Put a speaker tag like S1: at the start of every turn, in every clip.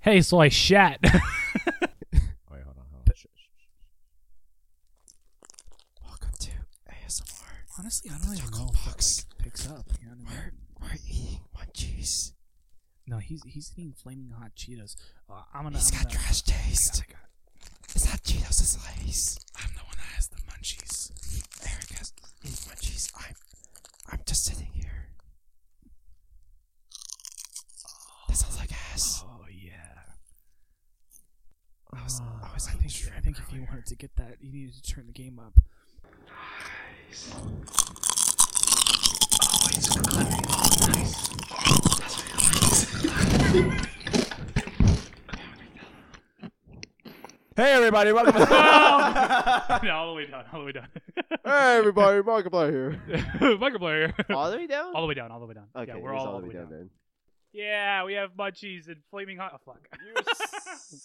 S1: Hey, so I shat.
S2: Oh, wait, hold on, hold on. Sh- sh- sh- Welcome to ASMR.
S1: Honestly, I don't even know
S2: chocolate
S1: if that,
S2: box.
S1: like, picks up. you know what I mean?
S2: We're, we're eating my cheese.
S1: No, he's he's eating flaming hot Cheetos. Uh, I'm gonna.
S2: He's
S1: I'm
S2: got
S1: gonna,
S2: trash taste.
S1: I got-
S2: It's not Cheetos, it's Lay's.
S1: I'm the one that has the munchies.
S2: Eric has eating my cheese. I'm, I'm just sitting here. That sounds like ass.
S1: Oh yeah.
S2: I was,
S1: Oh,
S2: I was
S1: I
S2: eating
S1: think,
S2: shrimp
S1: I think if you
S2: earlier.
S1: wanted to get that, you needed to turn the game up.
S2: Hey everybody, welcome to-
S1: no, all the way down, all the way down.
S2: Hey everybody, Markiplier here.
S1: Microplayer.
S3: All the way down?
S1: all the way down, all the way down.
S3: okay,
S1: yeah, we're
S3: he's
S1: all, all the way down.
S3: then.
S1: Yeah, we have munchies and flaming hot. Oh, fuck.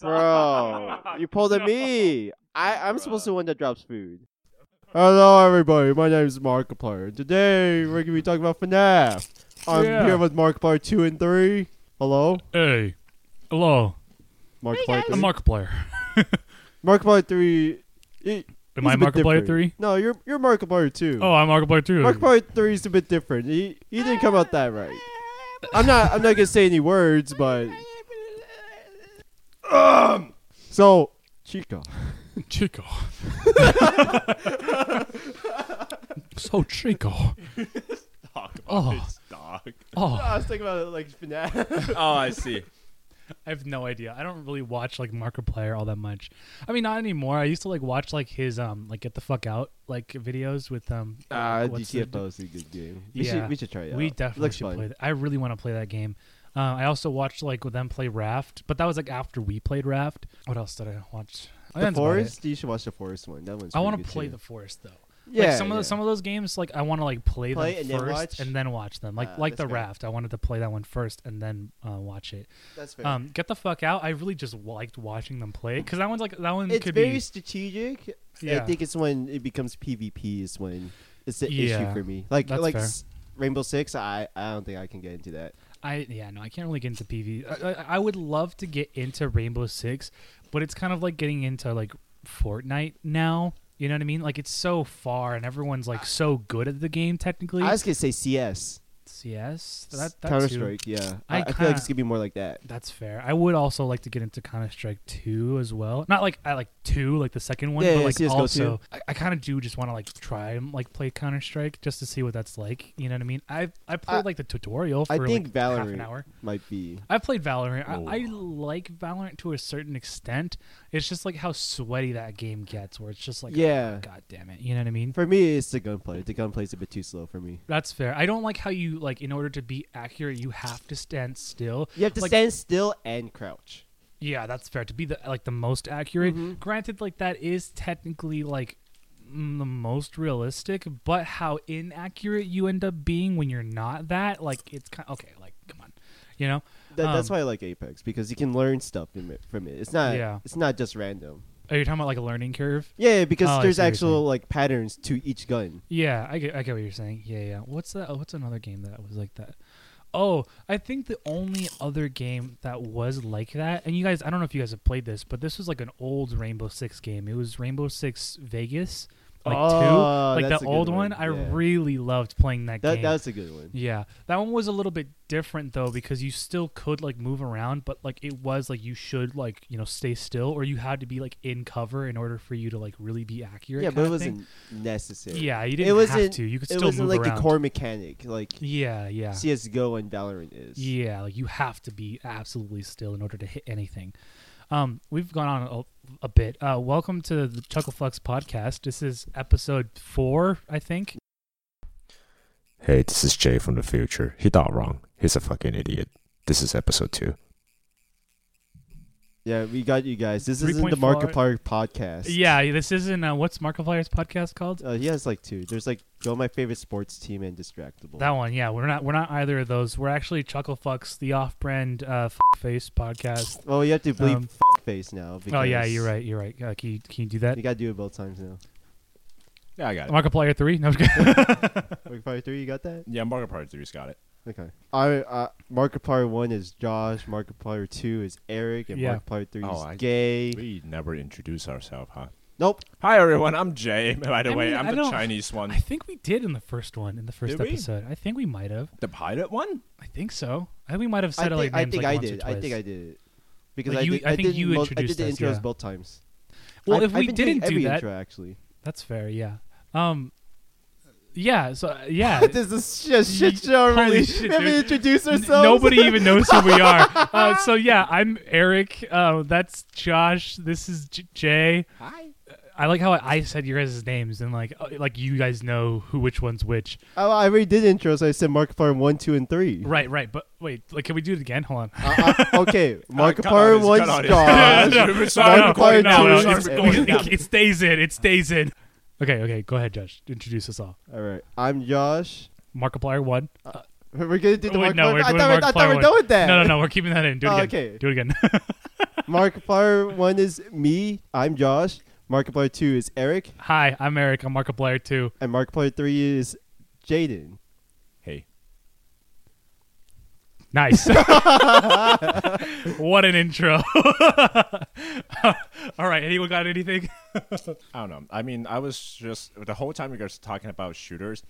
S3: Bro, you pulled a
S1: No.
S3: me. I, I'm supposed to be the one that drops food.
S2: Hello everybody, my name is Markiplier. Today we're gonna be talking about FNAF. I'm
S1: Yeah.
S2: here with Markiplier 2 and 3. Hello?
S1: Hey, hello,
S2: Markiplier 3.
S1: Markiplier.
S2: Markiplier 3. It,
S1: Am
S2: he's a bit different. No, you're you're Markiplier 2.
S1: Oh, I'm Markiplier too.
S2: Markiplier 3 is a bit different. He, he didn't come out that right. I'm not I'm not gonna say any words, but um, so Chico.
S1: Chico. so Chico. Oh.
S4: dog.
S1: Oh,
S2: was thinking about it like FNAF.
S4: Oh, I see.
S1: I have no idea. I don't really watch like Markiplier all that much. I mean, not anymore. I used to like watch like his um like get the fuck out like videos with um.
S2: Ah,
S1: what's the-
S2: DTFO is a good game. We
S1: Yeah.
S2: should we should try it.
S1: We
S2: out.
S1: definitely
S2: Looks
S1: should
S2: fun.
S1: play. That. I really want to play that game. Uh, I also watched like with them play Raft, but that was like after we played Raft. What else did I watch? I think
S2: The
S1: that's about it.
S2: forest. You should watch the forest one. That one's.
S1: I
S2: want
S1: want to play the forest though.
S2: Yeah.
S1: like some of
S2: yeah.
S1: those, some of those games, like I want to like play,
S2: Play
S1: them
S2: and then
S1: first
S2: watch?
S1: and then watch them. Like
S2: Ah,
S1: like the
S2: that's fair.
S1: raft, I wanted to play that one first and then uh, watch it.
S2: That's fair.
S1: Um, get the fuck out! I really just liked watching them play because that one's like that one
S2: it's
S1: could
S2: very
S1: be
S2: strategic.
S1: Yeah.
S2: I think it's when it becomes PvP is when it's the
S1: Yeah.
S2: issue for me. Like
S1: That's
S2: like
S1: fair.
S2: s- Rainbow Six. I I don't think I can get into that.
S1: I yeah no I can't really get into PV. I, I, I would love to get into Rainbow Six, but it's kind of like getting into like Fortnite now. You know what I mean? Like it's so far and everyone's like so good at the game technically.
S2: I was gonna say CS.
S1: yes, that, that
S2: Counter
S1: too.
S2: Strike. Yeah.
S1: I
S2: I, I feel like
S1: kinda-
S2: it's gonna be more like that.
S1: That's fair. I would also like to get into Counter Strike Two as well. Not like I like two, like the second one,
S2: Yeah,
S1: but
S2: yeah,
S1: like
S2: CS:GO
S1: also I, I kind of do just want to like try and like play Counter Strike just to see what that's like. You know what I mean? I I played
S2: I-
S1: like the tutorial for
S2: I think
S1: like half an
S2: Valorant.
S1: hour.
S2: Might be.
S1: I've played Valorant. I, I
S4: Whoa.
S1: like Valorant to a certain extent. It's just like how sweaty that game gets, where it's just like, "Oh,
S2: Yeah.
S1: God damn it. You know what I mean?
S2: For me, it's the gunplay. The gunplay's a bit too slow for me.
S1: That's fair. I don't like how you like in order to be accurate, you have to stand still.
S2: You have to
S1: Like-
S2: stand still and crouch.
S1: Yeah, that's fair. To be the like the most accurate.
S2: Mhm.
S1: Granted, like that is technically like mm, the most realistic, but how inaccurate you end up being when you're not that, like it's kind okay. Like come on, you know.
S2: That, that's
S1: Um,
S2: why I like Apex because you can learn stuff from it. From it. It's not.
S1: Yeah.
S2: It's not just random.
S1: Are you talking about like a learning curve?
S2: Yeah, because
S1: Oh, I
S2: there's
S1: see what you're
S2: actual
S1: saying.
S2: like patterns to each gun.
S1: Yeah, I get, I get what you're saying. Yeah, yeah. What's that? What's another game that was like that? Oh, I think the only other game that was like that, and you guys, I don't know if you guys have played this, but this was like an old Rainbow Six game. It was Rainbow Six Vegas, like
S2: Oh,
S1: two, like
S2: that's
S1: the
S2: a good
S1: old one.
S2: one.
S1: I
S2: Yeah.
S1: really loved playing that,
S2: That
S1: game.
S2: that's a good one.
S1: yeah, that one was a little bit different though because you still could like move around, but like it was like you should like you know stay still or you had to be like in cover in order for you to like really be accurate.
S2: Yeah,
S1: kinda
S2: but it
S1: thing.
S2: wasn't necessary.
S1: Yeah, you
S2: it
S1: didn't
S2: wasn't.
S1: have to. You could
S2: it
S1: still
S2: wasn't
S1: move
S2: like
S1: around.
S2: the core mechanic like
S1: Yeah, yeah,
S2: CS:GO and Valorant is.
S1: yeah. Like you have to be absolutely still in order to hit anything. Um, we've gone on a, a bit. Uh, welcome to the Chuckleflux podcast. This is episode four, I think.
S4: Hey, this is Jay from the future. He thought wrong. He's a fucking idiot. This is episode two.
S2: Yeah, we got you guys. This isn't the
S1: 3.4.
S2: Markiplier podcast.
S1: Yeah, this isn't uh, what's Markiplier's podcast called?
S2: Uh, he has like two. There's like go my favorite sports team and distractable.
S1: That one. Yeah, we're not we're not either of those. We're actually Chuckleflux, the off-brand uh, face podcast.
S2: well, Oh, you have to bleep
S1: Um,
S2: face now. Because
S1: Oh yeah, you're right. You're right. Uh, can you can you do that?
S2: You gotta do it both times now.
S4: Yeah, I got it.
S1: Markiplier three? No, I'm just kidding.
S2: Markiplier three, you got that?
S4: yeah, Markiplier three's got it.
S2: Okay. I uh, Markiplier one is Josh. Markiplier two is Eric, and
S1: Yeah.
S2: Markiplier three
S4: Oh,
S2: is
S4: I-
S2: gay.
S4: We never introduce ourselves, huh?
S2: Nope.
S4: Hi everyone, I'm Jay. By the
S1: I
S4: way,
S1: mean, I
S4: I'm the
S1: don't-
S4: Chinese one.
S1: I think we did in the first one, in the first
S4: Did we?
S1: episode. I think we might have.
S4: the pilot one?
S1: I think so. I think we might have
S2: I
S1: said
S2: think,
S1: it like
S2: I,
S1: names
S2: think
S1: like
S2: I
S1: once or
S2: did. I
S1: twice.
S2: think I did. it. Because
S1: Like,
S2: I,
S1: you-
S2: did,
S1: I think
S2: did
S1: you
S2: most- I did
S1: introduced
S2: the
S1: us,
S2: intros
S1: yeah.
S2: both times.
S1: Well,
S2: I-
S1: if
S2: I've
S1: we
S2: been doing
S1: didn't do
S2: every
S1: that,
S2: intro, actually.
S1: that's fair. Yeah. Um. Yeah. So uh, yeah.
S2: this is just
S1: Ye-
S2: shit show.
S1: holy
S2: Really,
S1: shit,
S2: we haven't
S1: dude.
S2: introduced
S1: N-
S2: ourselves.
S1: Nobody even knows who we are. Uh, so yeah, I'm Eric. Uh, that's Josh. This is J- Jay.
S4: Hi.
S1: I like how I, I said your guys' names and like uh, like you guys know who which one's which.
S2: Oh, I already did intros. I said Markiplier one, two, and three.
S1: Right, right. But wait, like can we do it again? Hold on.
S2: Uh, uh, okay,
S4: cut all
S2: Markiplier
S4: this,
S2: one's
S4: cut all this.
S2: Josh.
S4: No, no, no, no,
S1: no,
S2: Markiplier
S1: no, no,
S2: two
S1: no,
S2: is
S1: it's-
S2: Eric.
S1: it, it stays in. It stays in. Okay, okay. Go ahead, Josh. Introduce us all.
S2: All right, I'm Josh.
S1: Markiplier one.
S2: We're gonna do the
S1: Wait,
S2: Uh, Markiplier.
S1: no, we're
S2: I
S1: doing
S2: thought, we- I thought we
S1: Markiplier
S2: we're done with that.
S1: No, no, no. We're keeping that in. Do it
S2: Oh,
S1: again.
S2: okay.
S1: Do it again.
S2: Markiplier one is me. I'm Josh. Markiplier two is Eric,
S1: Hi, I'm Eric. I'm Markiplier two.
S2: and Markiplier three is Jaden.
S4: Hey.
S1: Nice. what an intro. All right. Anyone got anything?
S4: I don't know. I mean, I was just the whole time you guys were talking about shooters.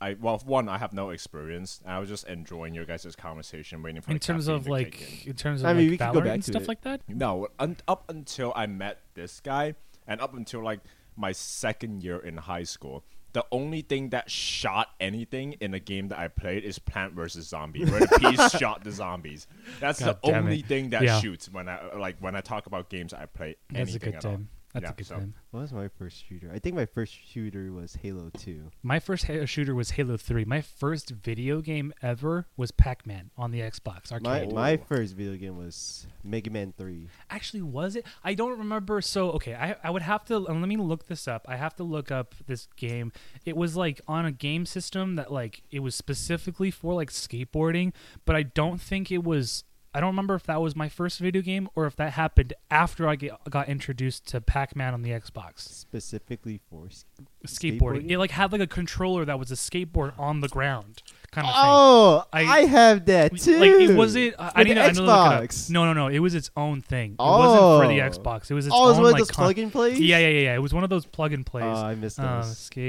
S4: I well, one, I have no experience. And I was just enjoying your guys' conversation, waiting for
S1: In
S4: the
S1: terms
S4: caffeine
S1: of
S4: to
S1: like,
S4: kick
S1: in terms of
S2: I
S1: like
S2: mean, we could
S1: Valorant
S2: go back
S1: and
S2: to
S1: stuff
S2: it.
S1: like that.
S4: in. no, un- up until I met this guy, and up until like my second year in high school. The only thing that shot anything in a game that I played is Plant vs Zombie, where the peas shot the zombies. That's
S1: God
S4: the
S1: damn
S4: only
S1: it.
S4: thing that
S1: Yeah.
S4: shoots when I like when I talk about games I play.
S1: That's a
S4: anything
S1: good
S4: at all.
S1: time. That's
S4: Yeah,
S1: a good
S4: so-
S1: time.
S2: What was my first shooter? I think my first shooter was Halo Two.
S1: My first ha- shooter was Halo Three. My first video game ever was Pac Man on the Xbox arcade.
S2: My
S4: Okay.
S2: my first video game was Mega Man Three.
S1: actually was it i don't remember so okay I, I would have to and let me look this up i have to look up this game it was like on a game system that like it was specifically for like skateboarding but i don't think it was i don't remember if that was my first video game or if that happened after i get, got introduced to pac-man on the xbox
S2: specifically for sk-
S1: skateboarding.
S2: Skateboarding?
S1: it like had like a controller that was a skateboard on the ground kind of thing
S2: Oh, I,
S1: I-
S2: have that
S1: like
S2: too.
S1: it was it. I, I
S2: With
S1: need to
S2: the
S1: I need to look it
S2: Xbox.
S1: up. No, no, no. It was its own thing. It wasn't for
S2: Oh.
S1: the Xbox. It was its
S2: oh, it was
S1: own
S2: one of
S1: like
S2: those
S1: con-
S2: plug and plays.
S1: Yeah, yeah, yeah, yeah. It was one of those plug and plays.
S2: Oh, I missed those.
S1: Uh,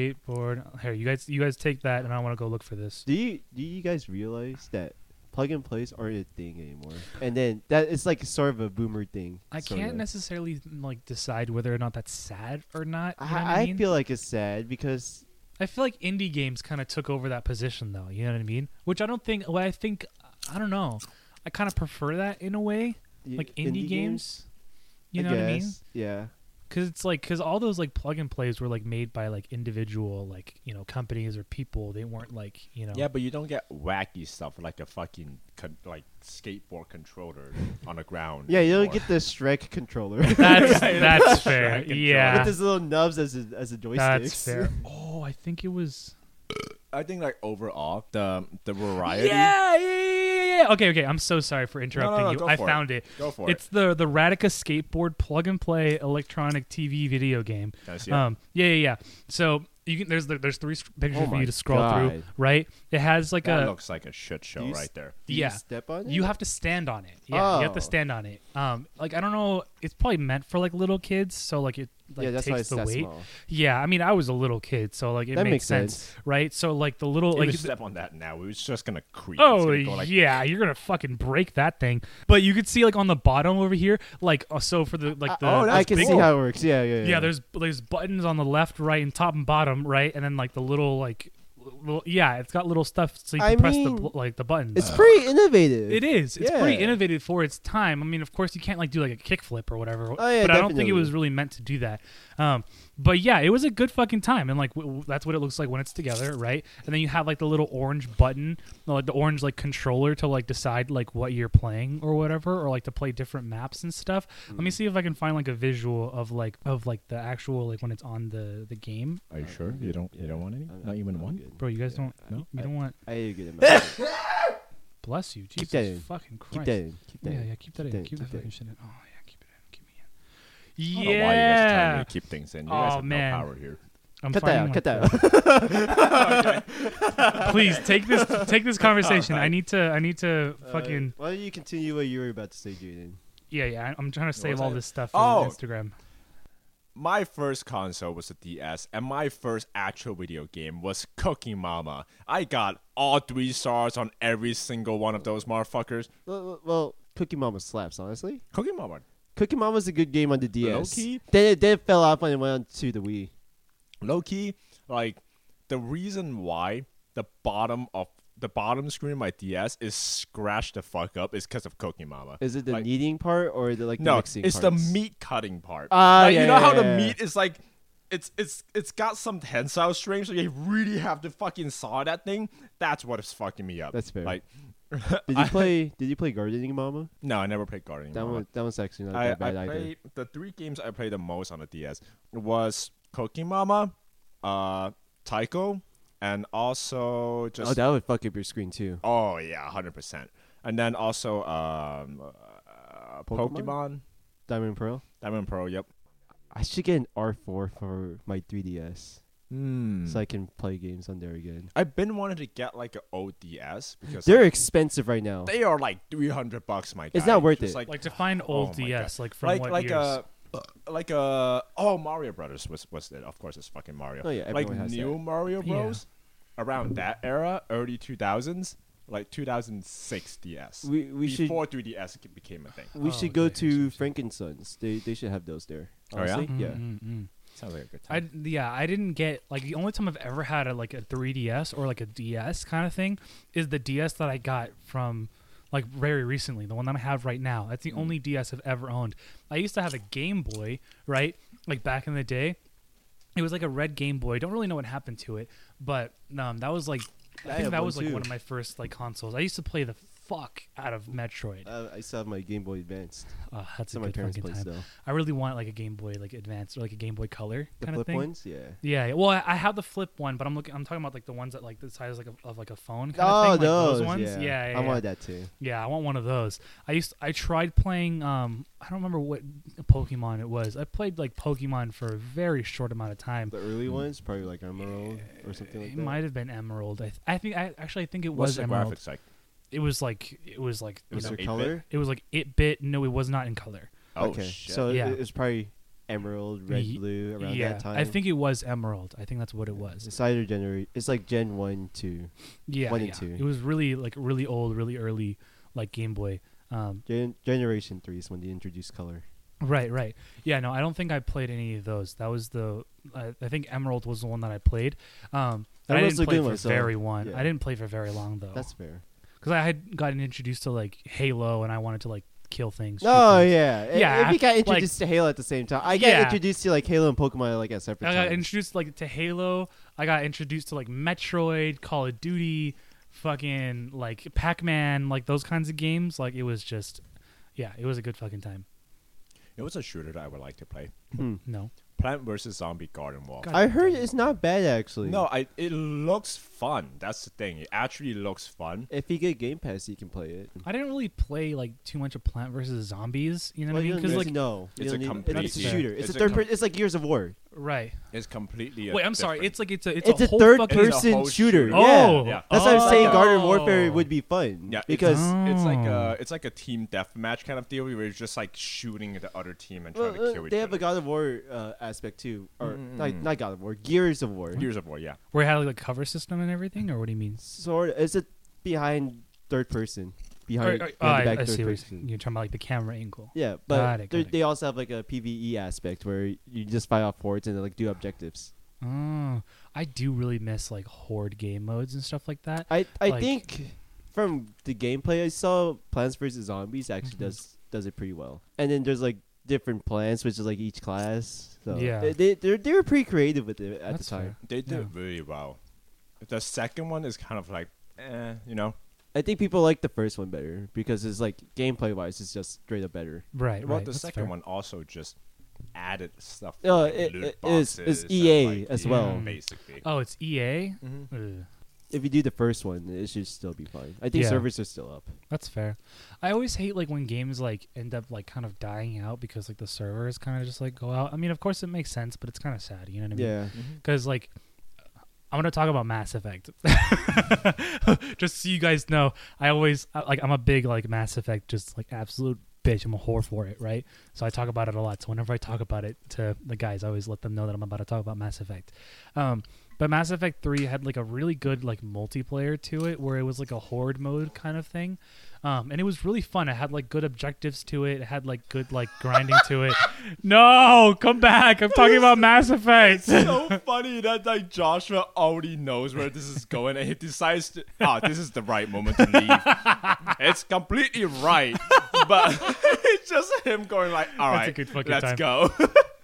S1: skateboard. Here, you guys, you guys take that, and I want to go look for this.
S2: do you do you guys realize that plug and plays aren't a thing anymore? And then that it's like sort of a boomer thing.
S1: I
S2: sorta.
S1: can't necessarily like decide whether or not that's sad or not. you know what
S2: I,
S1: I,
S2: I
S1: mean?
S2: feel like it's sad because
S1: I feel like indie games kind of took over that position, though. You know what I mean? Which I don't think. Well, I think I don't know. I kind of prefer that in a way,
S2: y-
S1: like indie, games. You
S2: I
S1: know what I mean?
S2: guess. Yeah.
S1: because it's like because all those like plug and plays were like made by like individual like you know companies or people they weren't like you know
S4: Yeah, but you don't get wacky stuff like a fucking con- like skateboard controller on the ground.
S2: Yeah, you don't
S4: anymore.
S2: get the Shrek controller
S1: that's that's fair
S4: Track and
S1: yeah
S2: with his little nubs as a, as a joystick.
S1: that's fair oh i think it was
S4: I think like overall the the
S1: yeah
S4: variety.
S1: yeah, yeah yeah yeah okay okay i'm so sorry for interrupting
S4: no,
S1: you
S4: go
S1: i
S4: for it.
S1: found it,
S4: Go for
S1: it's the the radica skateboard plug and play electronic tv video game
S4: it. Can I see it?
S1: Um, yeah, yeah, yeah. So you can there's there's three sc- pictures
S2: Oh
S1: for
S2: my
S1: you to scroll through,
S2: God.
S1: right? It has like
S4: that
S1: a
S4: looks like a shit show
S2: you s-
S4: right there.
S2: Do you
S1: yeah.
S2: step on it?
S1: you have to stand on it. Yeah, you have
S2: Oh.
S1: to stand on it. Um, like I don't know, it's probably meant for like little kids, so like it like
S2: yeah, that's why
S1: takes
S2: it's
S1: the
S2: that
S1: weight.
S2: small.
S1: Yeah, I mean I was a little kid, so like it
S2: That
S1: makes,
S2: makes
S1: sense,
S2: sense.
S1: right? So like the little
S4: Like
S1: like
S4: you step on that now, it was just gonna creep.
S1: Oh
S4: it's gonna go like,
S1: yeah, you're gonna fucking break that thing. But you could see like on the bottom over here, like uh, so for the like the
S4: oh,
S1: the
S2: I
S4: that's
S2: can
S1: big-
S2: see how it works. Yeah, yeah, yeah.
S1: yeah. There's there's buttons on the left, right, and top and bottom, right, and then like the little like little, yeah, it's got little stuff so you can
S2: I
S1: press the
S2: mean,
S1: bl- like the buttons.
S4: Uh,
S2: It's pretty innovative.
S1: It is. It's pretty
S2: Yeah.
S1: innovative for its time. I mean, of course, you can't like do like a kickflip or whatever.
S2: Oh, yeah,
S1: but I don't think it
S2: definitely.
S1: was really meant to do that. Um, but yeah, it was a good fucking time, and like w- w- that's what it looks like when it's together, right? And then you have like the little orange button, like the orange like controller to like decide like what you're playing or whatever, or like to play different maps and stuff. Let
S2: Mm.
S1: me see if I can find like a visual of like of like the actual like when it's on the the game,
S4: Are you sure you don't you don't want any?
S2: I'm-
S4: Not even
S2: I'm
S4: one.
S2: good.
S1: bro. You guys don't.
S4: No.
S1: You don't want.
S2: I ate a good amount.
S1: Bless you, Jesus
S2: that in.
S1: fucking Christ.
S2: keep that in. Keep that
S1: Yeah,
S2: in.
S1: yeah, keep that in.
S2: that in,
S1: keep that
S2: keep that
S1: fucking
S2: in.
S1: shit in. Oh yeah, keep it in. Keep me
S4: I
S1: in.
S4: don't know Oh, why you guys are telling
S1: Yeah.
S4: me to keep things in. You guys
S1: Oh,
S4: have
S1: man.
S4: no power here.
S1: I'm
S2: Cut that
S1: finding
S2: out.
S1: my
S2: Cut that
S1: phone.
S2: out.
S1: Please take this take this conversation. I need to I need to fucking
S2: Uh, why don't you continue what you were about to say, Jaden?
S1: yeah yeah. I- I'm trying to save
S4: was
S1: all
S4: I-
S1: this stuff for
S4: Oh.
S1: Instagram.
S4: my first console was a DS, and my first actual video game was Cooking Mama. I got all three stars on every single one of those motherfuckers.
S2: Well, well, Cookie Mama slaps, honestly.
S4: Cooking Mama.
S2: Cookie Mama's a good game on the DS.
S4: Low-key?
S2: Then it, then it fell off when it went on to the Wii.
S4: low key, like the reason why the bottom of the bottom screen of my DS is scratched the fuck up is because of Cookie Mama.
S2: Is it the
S4: Like-
S2: kneading part or the like the
S4: no,
S2: mixing
S4: it's
S2: parts?
S4: the meat cutting part.
S2: Ah,
S4: Like,
S2: yeah,
S4: you know
S2: yeah,
S4: how
S2: yeah,
S4: the
S2: yeah.
S4: meat is like, it's it's it's got some tensile strength, so you really have to fucking saw that thing. That's what is fucking me up.
S2: That's fair.
S4: Like,
S2: Did you play? did you play Gardening Mama?
S4: no, I never played Guardian.
S2: That
S4: Mama.
S2: one. That one's actually not
S4: I,
S2: that
S4: I
S2: bad either.
S4: played the three games I played the most on the DS was Cooking Mama, uh, Taiko, and also just
S2: Oh, that would fuck up your screen too.
S4: Oh yeah, hundred percent. And then also um, uh,
S2: Pokemon?
S4: Pokemon?
S2: Diamond and Pearl.
S4: Diamond Pearl. Yep.
S2: I should get an R4 for my 3DS
S4: Hmm.
S2: so I can play games on there again.
S4: I've been wanting to get like an ODS because
S2: They're
S4: like,
S2: expensive right now.
S4: they are like three hundred bucks, my guy.
S2: It's not worth
S4: Just,
S2: it.
S4: Like,
S1: Like to find old
S4: my God.
S1: DS like uh, from
S4: like
S1: what
S4: like
S1: years?
S4: a like a oh Mario Brothers was was it? Of course, it's fucking Mario.
S2: Oh, yeah,
S4: like
S2: everyone has
S4: new
S2: that.
S4: Mario
S1: Yeah.
S4: Bros. Around that era, early two thousands, like two thousand six DS.
S2: We- we should-
S4: before three DS became a thing.
S2: we
S1: Oh,
S2: should go
S1: okay, I see what
S2: to
S1: you're
S2: Frankenstein's. They they should have those there.
S4: Oh, yeah?
S2: Honestly,
S1: Mm,
S2: yeah.
S1: mm, mm.
S4: Sounds like a good time.
S1: I yeah, I didn't get like the only time I've ever had a like a 3DS or like a DS kind of thing is the DS that I got from like very recently, the one that I have right now. That's
S2: Mm.
S1: the only DS I've ever owned. I used to have a Game Boy, right? Like back in the day. It was like a red Game Boy. Don't really know what happened to it, but um that was like I,
S2: I
S1: think
S2: have
S1: that
S2: one
S1: was like
S2: too.
S1: one of my first like consoles. I used to play the fuck out of Metroid.
S2: Uh, I still have my Game Boy Advanced.
S1: Uh, that's
S2: It's
S1: a
S2: in my
S1: good
S2: parents'
S1: fucking
S2: place
S1: time.
S2: though.
S1: I really want like a Game Boy like Advance or like a Game Boy Color
S2: The
S1: kind of
S2: flip
S1: thing.
S2: ones, yeah.
S1: Yeah, yeah. well, I, I have the flip one, but I'm looking. I'm talking about like the ones that like the size like of, of like a phone. Kind
S2: Oh,
S1: of thing, like
S2: those,
S1: those ones. yeah,
S2: Yeah,
S1: yeah.
S2: I
S1: yeah.
S2: wanted that too.
S1: Yeah, I want one of those. I used. I tried playing. Um, I don't remember what Pokemon it was. I played like Pokemon for a very short amount of time.
S2: The early ones, probably like Emerald or something like
S1: It
S2: that.
S1: might have been Emerald. I, th- I think. I actually I think it
S4: What's
S1: was
S4: the
S1: Emerald.
S4: graphics like?
S1: It was like. It was like.
S4: It
S1: you
S2: was
S1: know,
S4: an
S2: there
S4: 8-bit?
S2: color?
S1: it was like it bit. No, it was not in color.
S4: Oh
S2: okay,
S4: shit.
S2: so
S1: Yeah.
S2: it, it's probably Emerald, Red,
S1: Ye-
S2: Blue around
S1: yeah,
S2: that time.
S1: I think it was Emerald. I think that's what it was.
S2: it's either genera- It's like Gen One, Two.
S1: yeah,
S2: one and
S1: yeah.
S2: two.
S1: It was really like really old, really early, like Game Boy. Um,
S2: Gen- Generation Three is when they introduced color.
S1: Right, right. Yeah, no, I don't think I played any of those. That was the I I think Emerald was the one that I played. Um, that I
S2: Emerald's
S1: didn't
S2: a
S1: play
S2: good
S1: for
S2: one, so-
S1: very one.
S2: yeah.
S1: I didn't play for very long though,
S2: That's fair.
S1: because I had gotten introduced to like Halo and I wanted to like kill things. shoot
S2: No,
S1: things.
S2: yeah, I-
S1: Yeah,
S2: If you got
S1: like-
S2: introduced to Halo at the same time, I got
S1: Yeah.
S2: introduced to like Halo and Pokemon like at separate
S1: I got
S2: times.
S1: introduced like to Halo. I got introduced to like Metroid, Call of Duty, fucking like Pac-Man, like those kinds of games. Like it was just, yeah, it was a good fucking time.
S4: It was a shooter that I would like to play.
S2: Hmm.
S1: No,
S4: Plant vs Zombie Garden Wall.
S1: God.
S2: I heard it's not bad actually.
S4: No, I it looks fun. That's the thing. It actually looks fun.
S2: if you get Game Pass, you can play it.
S1: I didn't really play like too much of Plant vs Zombies. You know
S2: Well,
S1: what I
S2: you
S1: mean?
S2: don't
S1: Because
S2: need
S1: like
S2: to know. You
S4: It's
S2: don't
S4: a
S2: need-
S4: complete-
S2: It's a
S1: Yeah.
S2: shooter. It's,
S4: It's
S2: a
S4: a
S2: third.
S4: com-
S2: person. it's like Gears of War.
S1: right.
S4: It's completely.
S1: Wait, I'm sorry.
S4: different.
S1: It's like it's a it's,
S2: It's, a,
S1: whole
S2: third
S1: fucking-
S4: It's a
S2: person
S4: whole
S2: shooter.
S4: shooter.
S2: Yeah.
S1: Oh,
S4: Yeah.
S2: That's what I'm saying. Garden
S1: Oh.
S2: Warfare would be fun.
S4: Yeah, it's-
S2: because
S4: it's like
S1: Oh.
S4: a it's like a team deathmatch kind of deal where you're just like shooting at the other team and trying
S2: well,
S4: to
S2: uh,
S4: kill each
S2: they have
S4: other.
S2: a God of War uh, aspect too, or not,
S4: Mm.
S2: not God of War, Gears of War.
S4: Gears of War, yeah.
S1: Where it had like a cover system and everything, or what do you mean?
S2: Sort. of- It's a behind third person, behind,
S1: Or- or-
S2: behind
S1: oh, I,
S2: the back
S1: I
S2: third
S1: see what you're
S2: person.
S1: saying. You're talking about like the camera angle.
S2: Yeah,
S1: Got
S2: but
S1: it,
S2: they
S1: got it.
S2: they also have like a PVE aspect where you just fight off forts and like do objectives.
S1: Oh, I do really miss like horde game modes and stuff like that.
S2: I I
S1: Like-
S2: think from the gameplay I saw, Plants vs Zombies actually
S1: Mhm.
S2: does does it pretty well. And then there's like different plants, which is like each class. So
S1: Yeah.
S2: they they they're, they were pretty creative with it at
S1: That's
S2: the time.
S1: fair.
S4: They did
S1: Yeah.
S4: it really well. The second one is kind of like, eh, you know.
S2: I think people like the first one better because it's like gameplay wise, it's just straight up better.
S1: Right,
S4: well,
S1: right.
S4: the
S1: that's
S4: second
S1: fair.
S4: one also just added stuff.
S2: No,
S4: like
S2: Uh, it-
S4: loot
S2: it is- it's
S4: boxes and,
S2: EA
S4: like,
S2: as Uh,
S4: yeah,
S1: well.
S4: basically.
S1: Oh, it's EA.
S4: Mhm.
S1: Ugh.
S2: if you do the first one, it should still be fine. I think
S1: Yeah.
S2: servers are still up.
S1: That's fair. I always hate like when games like end up like kind of dying out because like the servers kind of just like go out. I mean, of course it makes sense, but it's kind of sad. You know what I mean?
S2: Yeah.
S4: Mm-hmm.
S1: Because like, I'm gonna talk about Mass Effect. just so you guys know, I always I- like I'm a big like Mass Effect, just like absolute bitch. I'm a whore for it, right? So I talk about it a lot. So whenever I talk about it to the guys, I always let them know that I'm about to talk about Mass Effect. Um, but Mass Effect Three had like a really good like multiplayer to it, where it was like a horde mode kind of thing. Um, and it was really fun. It had like good objectives to it. It had like good like grinding to it. No, come back. I'm talking about Mass Effect.
S4: so funny that like Joshua already knows where this is going, and he decides to. Ah, this is the right moment to leave. it's completely right, but it's just him going like, "All
S1: That's a
S4: right,
S1: good fucking
S4: let's
S1: time.
S4: go."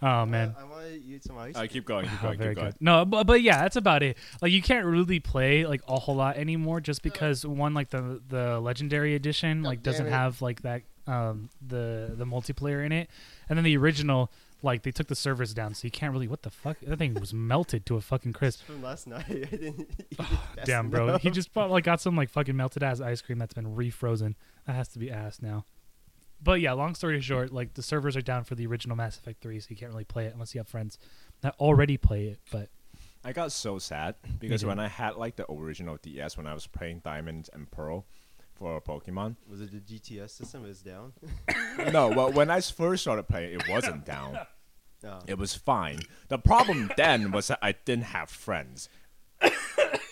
S1: Oh man.
S2: Uh, I wanted you some ice.
S4: All right, keep going, keep
S1: Oh,
S4: going, keep going.
S1: No, but, but yeah, that's about it. Like you can't really play like a whole lot anymore, just because one like the the legendary edition like doesn't
S5: damn it.
S1: have like that um the the multiplayer in it, and then the original like they took the servers down, so you can't really what the fuck that thing was melted to a fucking crisp.
S2: from last night. I didn't eat it fast
S1: Damn, bro,
S2: enough.
S1: he just bought, like got some like fucking melted ass ice cream that's been refrozen. That has to be ass now. But yeah, long story short, like the servers are down for the original Mass Effect three, so you can't really play it unless you have friends that already play it. But
S4: I got so sad because
S1: too.
S4: when I had like the original DS when I was playing Diamond and Pearl for Pokemon.
S2: Was it the GTS system is down?
S4: no, well, when I first started playing, it wasn't down.
S2: No.
S4: It was fine. The problem then was that I didn't have friends.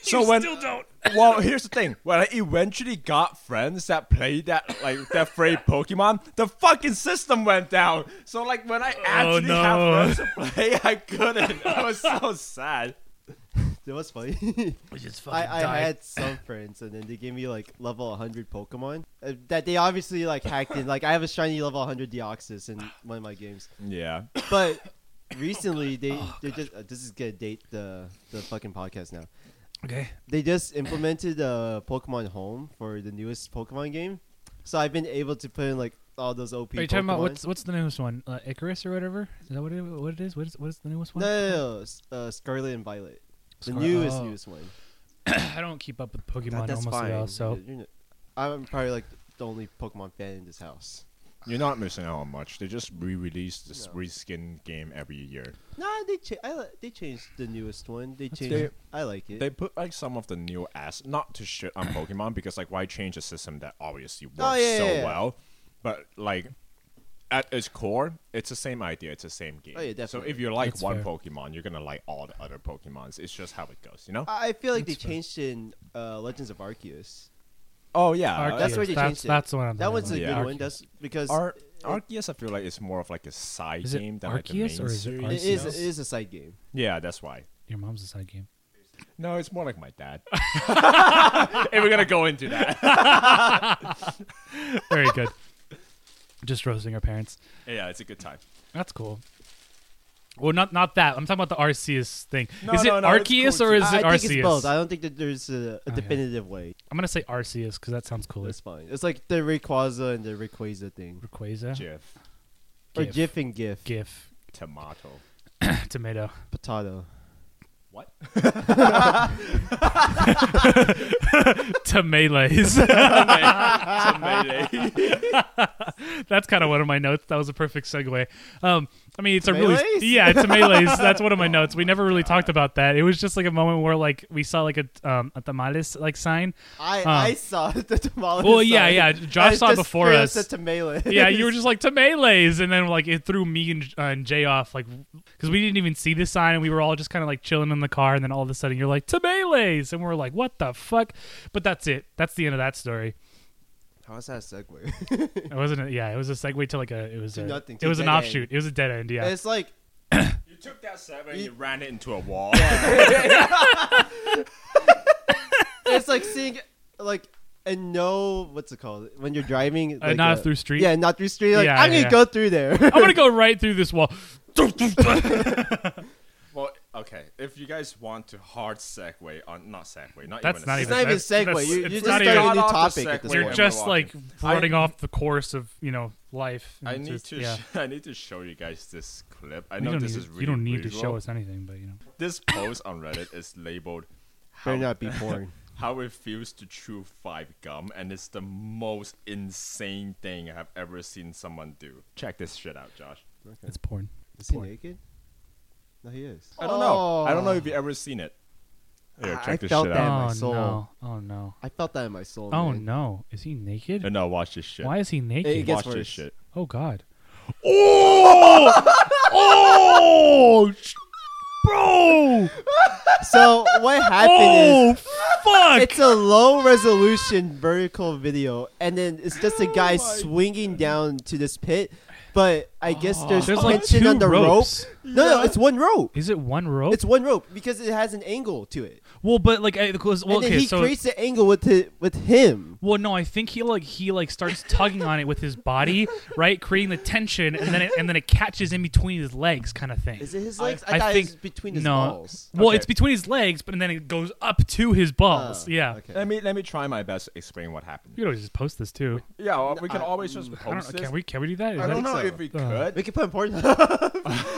S4: so when still don't. well, here's the thing: when I eventually got friends that played that like that free Pokemon, the fucking system went down. So like when I actually
S1: no.
S4: had friends to play, I couldn't. I was so sad.
S2: That was funny.
S1: which is fucking
S2: I, I had some friends, and then they gave me like level 100 Pokemon uh, that they obviously like hacked in. Like I have a shiny level 100 Deoxys in one of my games,
S4: Yeah.
S2: but recently they
S1: Oh,
S2: they just uh, this is gonna date the the fucking podcast now.
S1: okay.
S2: They just implemented uh, Pokemon Home for the newest Pokemon game, so I've been able to put in like all those OP.
S1: Are you talking about
S2: Pokemon.
S1: what's what's the newest one? Uh, Icarus or whatever? Is that what it, what it is? What is what is the newest one?
S2: No, no, no, s- Uh, Scarlet and Violet. The
S1: Scar-
S2: newest,
S1: oh.
S2: newest one.
S1: I don't keep up with Pokemon
S2: That- that's
S1: almost
S2: fine.
S1: at all. So
S2: You're not- I'm probably like the only Pokemon fan in this house.
S4: You're not missing out on much. They just re-release this
S2: No.
S4: reskin game every year.
S2: Nah, they cha- I li- they changed the newest one. They changed.
S4: fair.
S2: I like it.
S4: They put like some of the new ass, not to shit on Pokemon, because like why change a system that obviously works
S2: Oh, yeah,
S4: so
S2: yeah, yeah.
S4: well, but like at its core, it's the same idea, it's the same game.
S2: Oh, yeah,
S4: so
S2: definitely.
S4: if you like
S1: That's
S4: one
S1: fair.
S4: Pokemon, you're gonna like all the other Pokemons. It's just how it goes, you know?
S2: I I feel like
S1: That's
S2: they
S1: fair.
S2: changed in uh, Legends of Arceus.
S4: oh yeah,
S1: Arceus,
S2: that's where they
S1: that's,
S2: changed it.
S1: that's the one. I'm
S2: That
S1: thinking
S2: one's a
S1: about.
S4: Yeah.
S2: good
S1: Arceus.
S2: one. That's because
S4: Ar- Arceus, I feel like it's more of like a side
S1: Is it
S4: game than like the main
S1: Arceus or is it
S2: it
S4: series.
S1: Arceus?
S2: is it is a side game.
S4: Yeah, that's why.
S1: Your mom's a side game.
S4: No, it's more like my dad. if we're gonna go into that,
S1: Very good. Just roasting her parents.
S4: yeah, it's a good time.
S1: That's cool. Well, not not that. I'm talking about the Arceus thing.
S4: No,
S1: is it
S4: no, no, it's cool
S1: Arceus
S4: too.
S1: or is
S2: I,
S1: it
S2: I
S1: Arceus?
S2: think it's both. I don't think that there's a, a
S1: Okay.
S2: definitive way.
S1: I'm gonna say Arceus because that sounds cooler.
S2: It's fine. It's like the Rayquaza and the Rayquaza thing,
S1: Rayquaza,
S4: Jiff,
S2: or
S1: Gif.
S2: GIF and GIF.
S1: GIF,
S4: tomato.
S1: tomato.
S2: Potato.
S4: What?
S1: Tomatoes.
S2: Oh,
S4: tomato.
S1: That's kind of one of my notes. That was a perfect segue. Um, I mean, it's a
S2: Tomatoes? Oh
S1: really yeah, it's melees. That's one of my notes. We never really talked about that. It was just like a moment where like we saw like a um, a tamales like sign.
S2: I
S1: Huh.
S2: I saw the tamales.
S1: Well, yeah,
S2: sign.
S1: yeah. Josh
S2: I
S1: saw it
S2: just
S1: before
S2: straight up
S1: us.
S2: said tamales.
S1: Yeah, you were just like tamales, and then like it threw me and, uh, and Jay off, like because we didn't even see the sign, and we were all just kind of like chilling in the car, and then all of a sudden you're like tamales, and we're like, what the fuck? But that's it. That's the end of that story.
S2: How is that a segue?
S1: It wasn't. A, yeah, it was a segue to like a. It was
S2: To
S1: a,
S2: nothing,
S1: It
S2: to
S1: was an
S2: dead end.
S1: offshoot. It was a dead end. Yeah.
S2: It's like
S4: You took that seven and
S2: You-
S4: you ran it into a wall.
S2: it's like seeing like and no what's it called when you're driving
S1: Uh,
S2: like,
S1: not through street?
S2: yeah not through street like
S1: Yeah,
S2: i'm
S1: yeah,
S2: gonna
S1: yeah.
S2: go through there
S1: I'm gonna go right through this wall.
S4: Well, okay. If you guys want to hard segue on not segue, not
S1: That's
S4: even.
S1: not
S4: a
S2: it's
S1: even-
S2: not even a
S1: that's- that's-
S2: segue you,
S1: it's
S2: you just
S1: not
S2: started
S1: even-
S2: a new
S4: Shot off the
S2: topic at this
S4: segue.
S1: You're
S2: point
S1: just
S4: we're
S1: like
S4: walking.
S1: running off the course of you know life.
S4: I
S1: and
S4: need
S1: just-
S4: to.
S1: Yeah.
S4: Sh- I need to show you guys this clip. I
S1: you
S4: know
S1: don't
S4: this
S1: need,
S4: is
S1: to-
S4: really
S1: you don't need to
S4: visual.
S1: show us anything, but you know.
S4: This post on Reddit is labeled.
S2: better not be porn
S4: how I refused to chew five gum, and it's the most insane thing I have ever seen someone do. Check this shit out, Josh.
S2: Okay.
S1: It's porn.
S2: Is he
S1: porn.
S2: naked? No, he is. Oh.
S4: I don't know. I don't know if you ever seen it. Here,
S2: I-
S4: check
S2: I
S4: this
S2: felt
S4: shit
S2: that.
S4: out.
S2: my
S1: oh
S2: soul.
S1: no! Oh no!
S2: I felt that in my soul.
S1: Oh
S2: man.
S1: no! Is he naked?
S4: Uh, No, watch this shit.
S1: Why is he naked?
S2: It gets
S4: watch this
S2: worse.
S4: shit.
S1: oh god!
S4: Oh! oh! Bro!
S2: So what happened is
S4: Oh, fuck!
S2: it's a low resolution vertical video, and then it's just a guy
S1: Oh
S2: swinging down to this pit. But I guess there's,
S1: Oh. There's like
S2: tension
S1: two
S2: on the
S1: ropes.
S2: rope. No, no, it's one rope.
S1: Is it one rope?
S2: It's one rope because it has an angle to it,
S1: well, but like, I, because- well,
S2: and then
S1: okay,
S2: he
S1: so
S2: creates the angle with hi- with him.
S1: Well, no, I think he like he like starts tugging on it with his body, right, creating the tension, and then it, and then it catches in between his legs, kind of thing.
S2: Is it his legs? I,
S1: I
S2: thought
S1: think-
S2: it was between his
S1: no.
S2: balls.
S1: Well,
S4: Okay.
S1: it's between his legs, but then it goes up to his balls.
S2: Oh,
S1: yeah,
S2: okay.
S4: Let me let me try my best to explain what happened.
S1: you could always just post this too.
S4: Yeah, well, we can always just
S1: I don't
S4: post
S1: know.
S4: this.
S1: Can we can we do that? Is
S4: I don't
S1: that-
S4: know
S2: so.
S4: if we
S1: Uh,
S4: could.
S2: We can put him porn.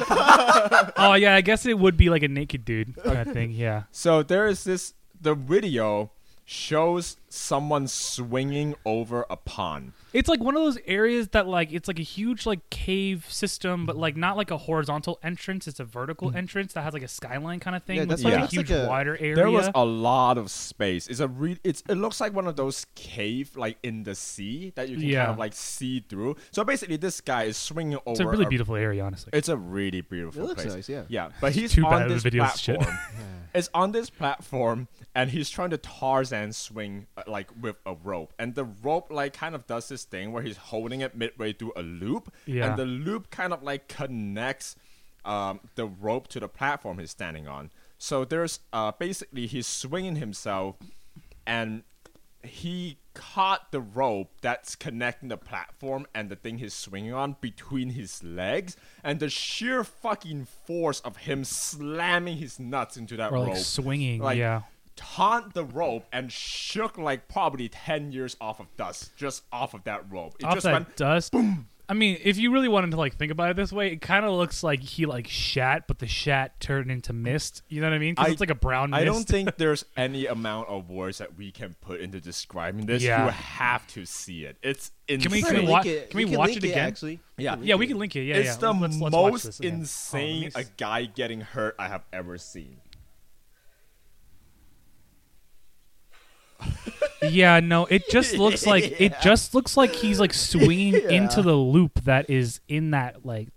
S1: Oh yeah, I guess it would be like a naked dude kind of thing. Yeah.
S4: So there is this. The video shows someone swinging over a pond.
S1: It's like one of those areas that like it's like a huge like cave system, but like not like a horizontal entrance. It's a vertical entrance that has like a skyline kind of thing.
S2: Mm. Yeah,
S1: with,
S2: that's
S1: like
S4: what
S1: a
S4: it
S2: looks like uh,
S1: huge
S2: a-
S1: water area.
S4: There was a lot of space. It's a re- it's it looks like one of those cave like in the sea that you can
S1: Yeah.
S4: kind of like see through. So basically, this guy is swinging over.
S1: it's a really beautiful area, honestly.
S4: It's a really beautiful
S2: It looks
S4: place.
S2: nice, yeah.
S4: Yeah, but he's
S1: too
S4: on
S1: bad the
S4: this
S1: video's shit.
S4: platform. it's on this platform, and he's trying to Tarzan swing uh, like with a rope, and the rope like kind of does this thing where he's holding it midway through a loop,
S1: Yeah.
S4: and the loop kind of like connects um, the rope to the platform he's standing on. So there's uh, basically he's swinging himself, and he caught the rope that's connecting the platform and the thing he's swinging on between his legs, and the sheer fucking force of him slamming his nuts into that
S1: or like
S4: rope,
S1: swinging.
S4: like
S1: yeah.
S4: taunt the rope and shook like probably ten years off of dust just off of that rope. It
S1: off
S4: just
S1: that
S4: went
S1: dust. I mean, if you really wanted to like think about it this way, it kind of looks like he like shat, but the shat turned into mist. You know what I mean? 'Cause
S4: I-
S1: it's like a brown mist.
S4: I don't think there's any amount of words that we can put into describing this.
S1: Yeah.
S4: You have to see it. It's insane.
S1: we- can we
S2: link
S1: wa-
S2: it.
S1: can we watch
S2: link
S1: it again?
S2: Actually,
S4: Yeah.
S1: yeah, we can link it. Yeah,
S4: it's
S1: yeah.
S4: the
S1: Let's- let's watch
S4: most
S1: this again.
S4: insane
S1: Oh,
S4: a
S1: let me s-
S4: guy getting hurt I have ever seen.
S1: yeah, no, it just looks like it just looks like he's like swinging into the loop that is in that like.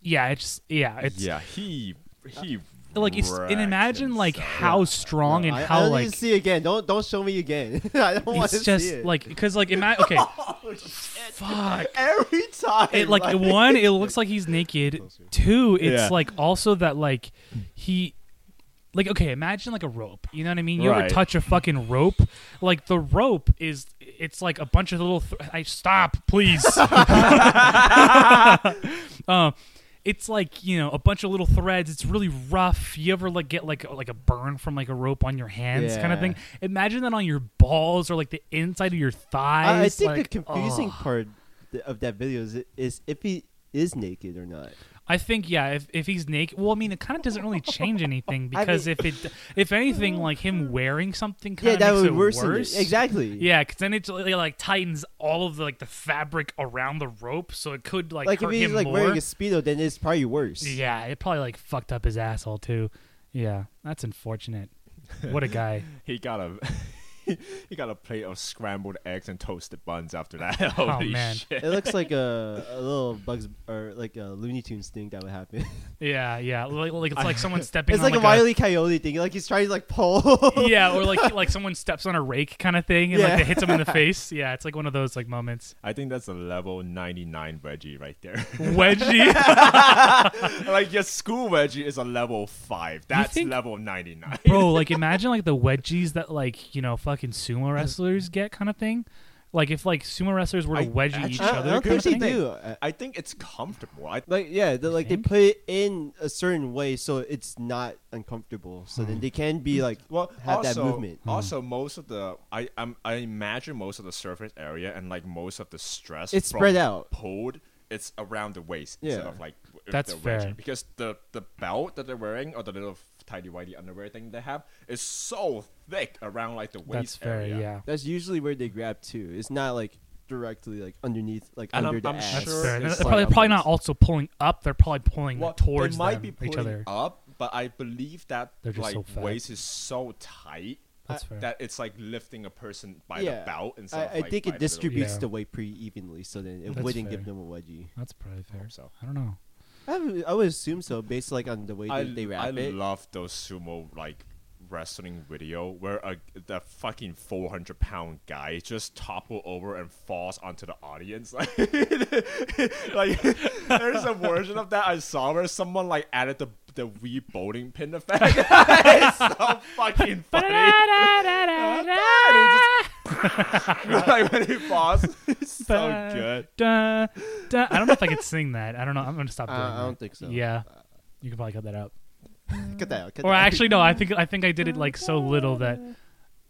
S1: Yeah, it's just yeah, it's
S4: yeah, he he
S1: like it's and
S4: wrecked
S1: imagine like
S4: himself.
S1: how strong and
S2: I, I
S1: how
S2: don't
S1: like
S2: need to see it again. Don't don't show me again. I don't want to
S1: it's
S2: see it.
S1: just like because like imagine okay,
S4: Oh,
S1: fuck.
S2: every time.
S1: it like one it looks like he's naked two it's
S4: Yeah.
S1: like also that like he like okay imagine like a rope you know what i mean you ever
S4: Right.
S1: touch a fucking rope like the rope is it's like a bunch of little th- i stop please um it's like you know a bunch of little threads it's really rough you ever like get like like a burn from like a rope on your hands kind of
S2: Yeah.
S1: thing imagine that on your balls or like the inside of your thighs
S2: I, I think
S1: like,
S2: the confusing
S1: ugh.
S2: part th- of that video is, is if he is naked or not.
S1: I think yeah, if, if he's naked, well, I mean, it kind of doesn't really change anything
S2: I
S1: because
S2: mean-
S1: if it, if anything, like him wearing something
S2: Yeah,
S1: kind of
S2: that
S1: makes
S2: would
S1: it
S2: worsen
S1: worse.
S2: it. Exactly.
S1: Yeah, because then it like, like tightens all of the like the fabric around the rope, so it could like,
S2: Like if
S1: hurt
S2: he's
S1: him
S2: like
S1: more.
S2: wearing a speedo, then it's probably worse.
S1: yeah, it probably like fucked up his asshole too. Yeah, that's unfortunate. What a guy.
S4: he got a he got a plate of scrambled eggs and toasted buns after that. Holy
S1: Oh, man.
S4: shit.
S2: It looks like a, a little Bugs or like a Looney Tunes thing that would happen.
S1: Yeah, yeah. Like, like it's like someone stepping.
S2: it's
S1: on,
S2: like, a Wiley Coyote thing. Like he's trying to like pull.
S1: yeah, or like like someone steps on a rake kind of thing and like
S2: Yeah.
S1: it hits him in the face. Yeah, it's like one of those like moments.
S4: I think that's a level 99 veggie right there.
S1: Wedgie.
S4: like your school veggie is a level 5. That's
S1: think-
S4: level 99.
S1: bro like imagine like the wedgies that like you know fucking sumo wrestlers get kind of thing like if like sumo wrestlers were to
S4: I-
S1: wedgie
S4: actually-
S1: each
S2: I, I
S1: other
S2: don't
S1: kind
S2: think
S1: of
S2: they
S1: thing.
S2: do. I-
S4: I think it's comfortable. I
S2: Like yeah, they like they
S1: think?
S2: put it in a certain way so it's not uncomfortable. So
S1: Hmm.
S2: then they can be like
S4: well,
S2: have
S4: also,
S2: that movement. Mm.
S4: Also, most of the I i I imagine most of the surface area and like most of the stress
S2: It's
S4: from
S2: spread out.
S4: pulled. It's around the waist instead
S2: Yeah.
S4: of like w-
S1: That's
S4: the wedgie.
S1: fair.
S4: because the the belt that they're wearing or the little f- tidy whitey underwear thing they have is so thick around like the
S1: That's
S4: waist
S1: fair.
S4: area.
S1: Yeah.
S2: That's usually where they grab too. It's not like directly like underneath, like
S4: And
S2: under
S4: I'm-
S2: the
S4: I'm
S2: ass.
S1: That's
S4: sure
S1: fair. And
S4: it's
S1: They're probably,
S4: like-
S1: probably not also pulling up. They're probably pulling
S4: Well,
S1: towards
S4: they might
S1: them,
S4: be pulling
S1: each other.
S4: up, but I believe that
S1: They're just
S4: like
S1: so fat.
S4: waist is so tight
S1: That's
S4: uh,
S1: fair.
S4: that it's like lifting a person by
S2: Yeah.
S4: the belt instead
S2: I,
S4: of
S2: I
S4: like,
S2: think
S4: by
S2: it
S4: the little-
S2: distributes
S1: Yeah.
S2: the weight pretty evenly, so then it
S1: That's
S2: wouldn't give
S1: fair.
S2: them a wedgie.
S1: That's probably fair.
S4: hope so.
S1: I don't know.
S2: I, would- I would assume so, based like on the way
S4: I,
S2: that they wrap
S4: I
S2: it.
S4: love those sumo like wrestling video where a the fucking 400 pound guy just topple over and falls onto the audience like, like there's a version of that i saw where someone like added the the wee bowling pin effect it's so fucking funny like when he falls it's so good
S1: Da, da. I don't know if I could sing that. I don't know. I'm gonna stop
S2: Uh,
S1: doing
S2: I don't
S1: that.
S2: think so.
S1: Yeah, you could probably cut that out.
S2: Cut that out. cut
S1: Or
S2: that out.
S1: actually, no. I think I think I did it like so little that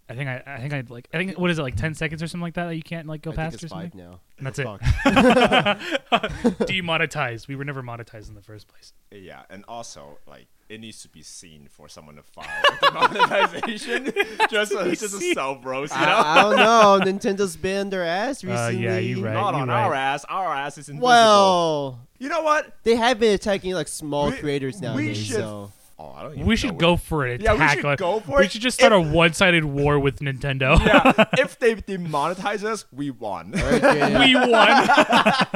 S1: I think I I think I like I think what is it like ten seconds or something like that that you can't like go
S2: I think
S1: past
S2: it's
S1: or
S2: five
S1: something.
S2: now.
S1: And that's it.
S2: Fuck.
S1: Demonetized. We were never monetized in the first place.
S4: yeah and also like it needs to be seen for someone to file a monetization just a, just a
S1: seen.
S4: sell bros you know
S2: I, I don't know. Nintendo's banned their ass
S1: Uh,
S2: recently.
S1: yeah, you right.
S4: Not on
S1: you're
S4: our
S1: right.
S4: ass. Our ass is invisible.
S2: Well,
S4: you know what?
S2: they have been attacking like small
S4: We-
S2: creators
S4: we
S2: nowadays.
S4: should-
S2: So
S4: Oh, I don't even
S1: We
S4: know
S1: should
S4: what-
S1: go for it.
S4: Yeah, we
S1: attack
S4: should
S1: on-
S4: go for
S1: We
S4: it.
S1: should just start a one-sided war with Nintendo.
S4: Yeah, if they demonetize us, we won.
S2: all right, Jaden.
S1: we won.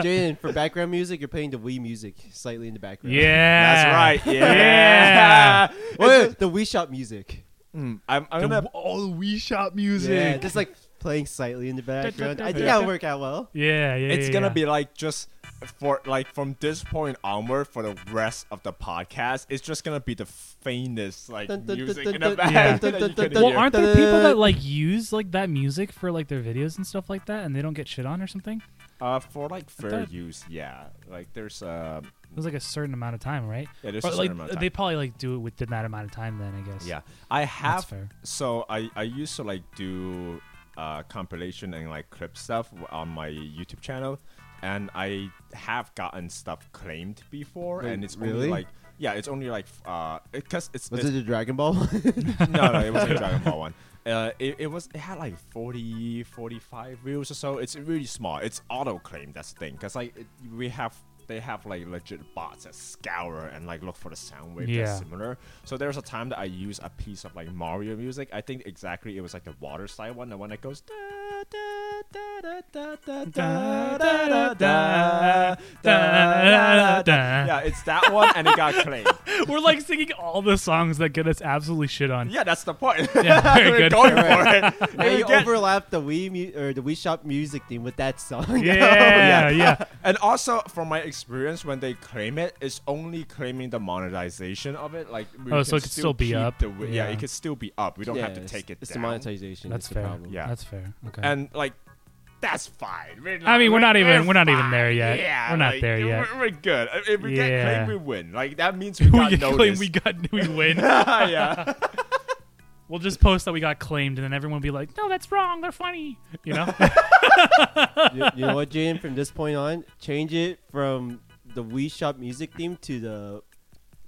S2: Jaden, for background music, you're playing the Wii music slightly in the background.
S1: Yeah,
S4: That's right. Yeah.
S1: Yeah.
S2: Well, the Wii Shop music.
S4: Mm, I'm, I'm
S1: The,
S4: gonna.
S1: all the Wii Shop music.
S2: Yeah, just like playing slightly in the background. I think
S1: Yeah.
S2: that'll work out well.
S1: Yeah, yeah.
S4: It's
S1: yeah,
S4: gonna
S1: yeah.
S4: be like just for like from this point onward for the rest of the podcast. It's just gonna be the faintest like
S2: Dun, dun,
S4: music
S2: dun,
S4: in the
S2: dun,
S4: back.
S1: dun,
S4: that
S2: dun,
S4: you
S2: dun,
S4: can
S2: dun,
S1: Well,
S4: hear.
S1: aren't there people
S2: Ta-da.
S1: that like use like that music for like their videos and stuff like that, and they don't get shit on or something?
S4: uh, for like fair
S1: thought-
S4: use, yeah. Like there's uh,
S1: There's like a certain amount of time, right?
S4: yeah, there's
S1: Or,
S4: a certain
S1: like
S4: amount of time.
S1: they probably like do it within that amount of time. Then I guess.
S4: Yeah, I have.
S1: fair.
S4: So I I used to like do uh, compilation and like clip stuff w- on my YouTube channel, and I have gotten stuff claimed before,
S2: Wait,
S4: and it's
S2: really?
S4: only like yeah, it's only like f- uh, because it's,
S2: Was
S4: it's
S2: it a Dragon Ball?
S4: no, no, it wasn't a Dragon Ball one. Uh, it, it was it had like 40 45 views or so it's really small it's auto claim that's the thing because like it, we have they have like legit bots that scour and like look for the sound wave
S1: Yeah.
S4: that's similar so there's a time that i use a piece of like mario music i think exactly it was like the water slide one the one that goes da, da, da, da, da, da, da, da, da, da, da, da. yeah it's that one and it got claimed
S1: We're like singing all the songs that get us absolutely shit on.
S4: yeah that's the point
S1: Yeah, very
S4: We're
S1: good.
S4: going for it
S2: they
S4: We
S1: oh.
S4: get-
S2: overlapped the Wii mu- or the Wii Shop music theme with that song.
S1: yeah, yeah.
S4: And also, from my experience, when they claim it, it's only claiming the monetization of it. Like, we
S1: Oh,
S4: can
S1: so it could still be
S4: keep
S1: up.
S4: The, wi- yeah.
S1: Yeah.
S4: it could still be up. We don't
S2: Yeah,
S4: have to
S2: it's-
S4: take it
S2: It's the
S4: down.
S2: monetization.
S1: That's
S2: is the
S1: fair.
S2: problem.
S4: Yeah.
S1: That's fair. Okay.
S4: And like, that's fine. We're
S1: I mean, we're not even-
S4: we're
S1: we're not even
S4: fine.
S1: there yet.
S4: Yeah,
S1: We're not
S4: like,
S1: there yet.
S4: We're, we're good. If we get
S1: Yeah.
S4: claimed, we win. Like that means we got
S1: we get claimed
S4: noticed.
S1: we got we win.
S4: yeah.
S1: We'll just post that we got claimed, and then everyone will be like, "No, that's wrong. They're funny." You know?
S2: you, you know what, Jaden? From this point on, change it from the Wii Shop music theme to the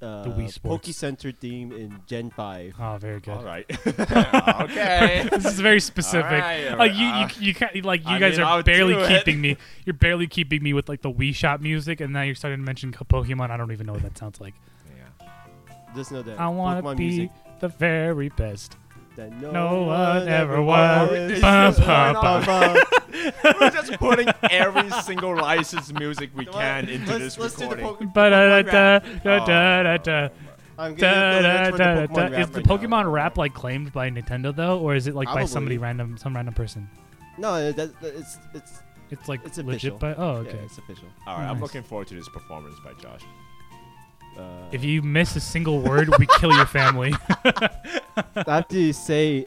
S2: uh,
S1: Wii Sports.
S2: Poke Center theme in Gen Five.
S1: oh, very good.
S4: All right. okay.
S1: This is very specific.
S4: Alright,
S1: like you, you,
S4: uh,
S1: you can't. Like you
S4: I
S1: guys
S4: mean,
S1: are
S4: I'll
S1: barely
S4: do it.
S1: keeping me. You're barely keeping me with like the Wii Shop music, and now you're starting to mention Pokemon. I don't even know what that sounds like.
S4: Yeah.
S2: Just know that
S1: I want to
S2: Pokemon
S1: be
S2: music
S1: the very best.
S2: that no,
S1: No one ever
S2: was.
S1: was.
S4: Bum,
S2: Bum,
S4: bum,
S2: bum.
S4: We're just putting every single licensed music we can into
S2: Let's-
S4: this
S2: let's do the
S4: recording.
S2: Poke-
S1: Ba da da
S2: rap.
S1: da da da da
S2: I'm
S1: da da
S2: gonna
S1: da
S2: da,
S1: da. Is the Pokemon rap
S2: rap
S1: like claimed by Nintendo though, or is it like by somebody
S2: Probably.
S1: random, some random person?
S2: No, that, that, it's it's
S1: It's like
S2: It's
S1: legit
S2: official.
S1: by. Oh,
S2: yeah,
S1: okay.
S2: it's official.
S4: All right, I'm
S1: Nice.
S4: looking forward to this performance by Josh.
S2: Uh,
S1: If you miss a single word, we kill your family.
S2: I have to say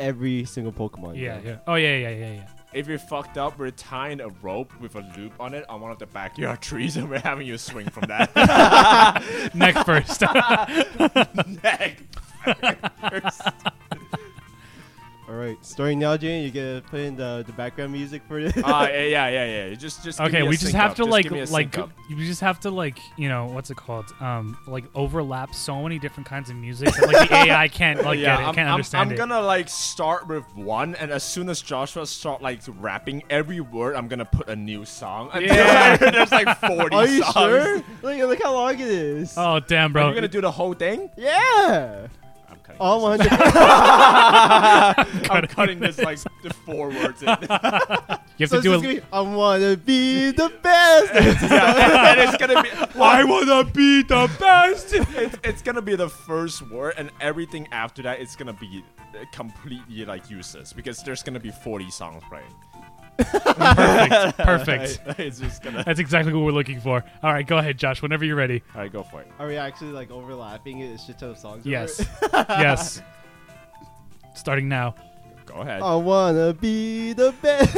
S2: every single Pokemon.
S1: yeah,
S2: now.
S1: yeah. Oh yeah, yeah, yeah, yeah.
S4: If you fucked up, we're tying a rope with a loop on it on one of the backyard trees, and we're having you swing from that
S1: Neck first.
S4: neck.
S2: All right, right, starting now, Jane. You gonna put in the, the background music for this?
S4: Ah, yeah, yeah, yeah, yeah. Just, just. give
S1: Okay,
S4: me a
S1: we just
S4: sync
S1: have
S4: up.
S1: to
S4: Just
S1: like
S4: give me a
S1: like
S4: sync up.
S1: we just have to like you know what's it called um like overlap so many different kinds of music that like the AI can't like
S4: yeah,
S1: get it
S4: I'm,
S1: can't
S4: I'm-
S1: understand
S4: I'm
S1: it.
S4: gonna like start with one, and as soon as Joshua start like rapping every word, I'm gonna put a new song. Until
S1: Yeah.
S4: there's like 40
S2: Are you
S4: songs.
S2: sure? Look, look how long it is.
S1: Oh damn,
S4: Are
S1: bro!
S4: you gonna do the whole thing?
S2: yeah,
S4: I'm cutting.
S2: all
S4: this.
S2: 100.
S4: I'm cutting this like the four words in.
S1: you have
S2: so
S1: to do a,
S2: it's just gonna be, I wanna be the best.
S4: yeah, and it's gonna be I wanna be the best. It's, it's gonna be the first word, and everything after that is gonna be uh, completely like useless because there's gonna be 40 songs playing.
S1: perfect. Perfect.
S4: It's just gonna.
S1: That's exactly what we're looking for. All right, go ahead, Josh. Whenever you're ready.
S4: All right, go for it.
S2: Are we actually like overlapping it? It's shit ton of songs. over
S1: Yes.
S2: it?
S1: yes. Starting now.
S4: Go ahead.
S2: I wanna be the best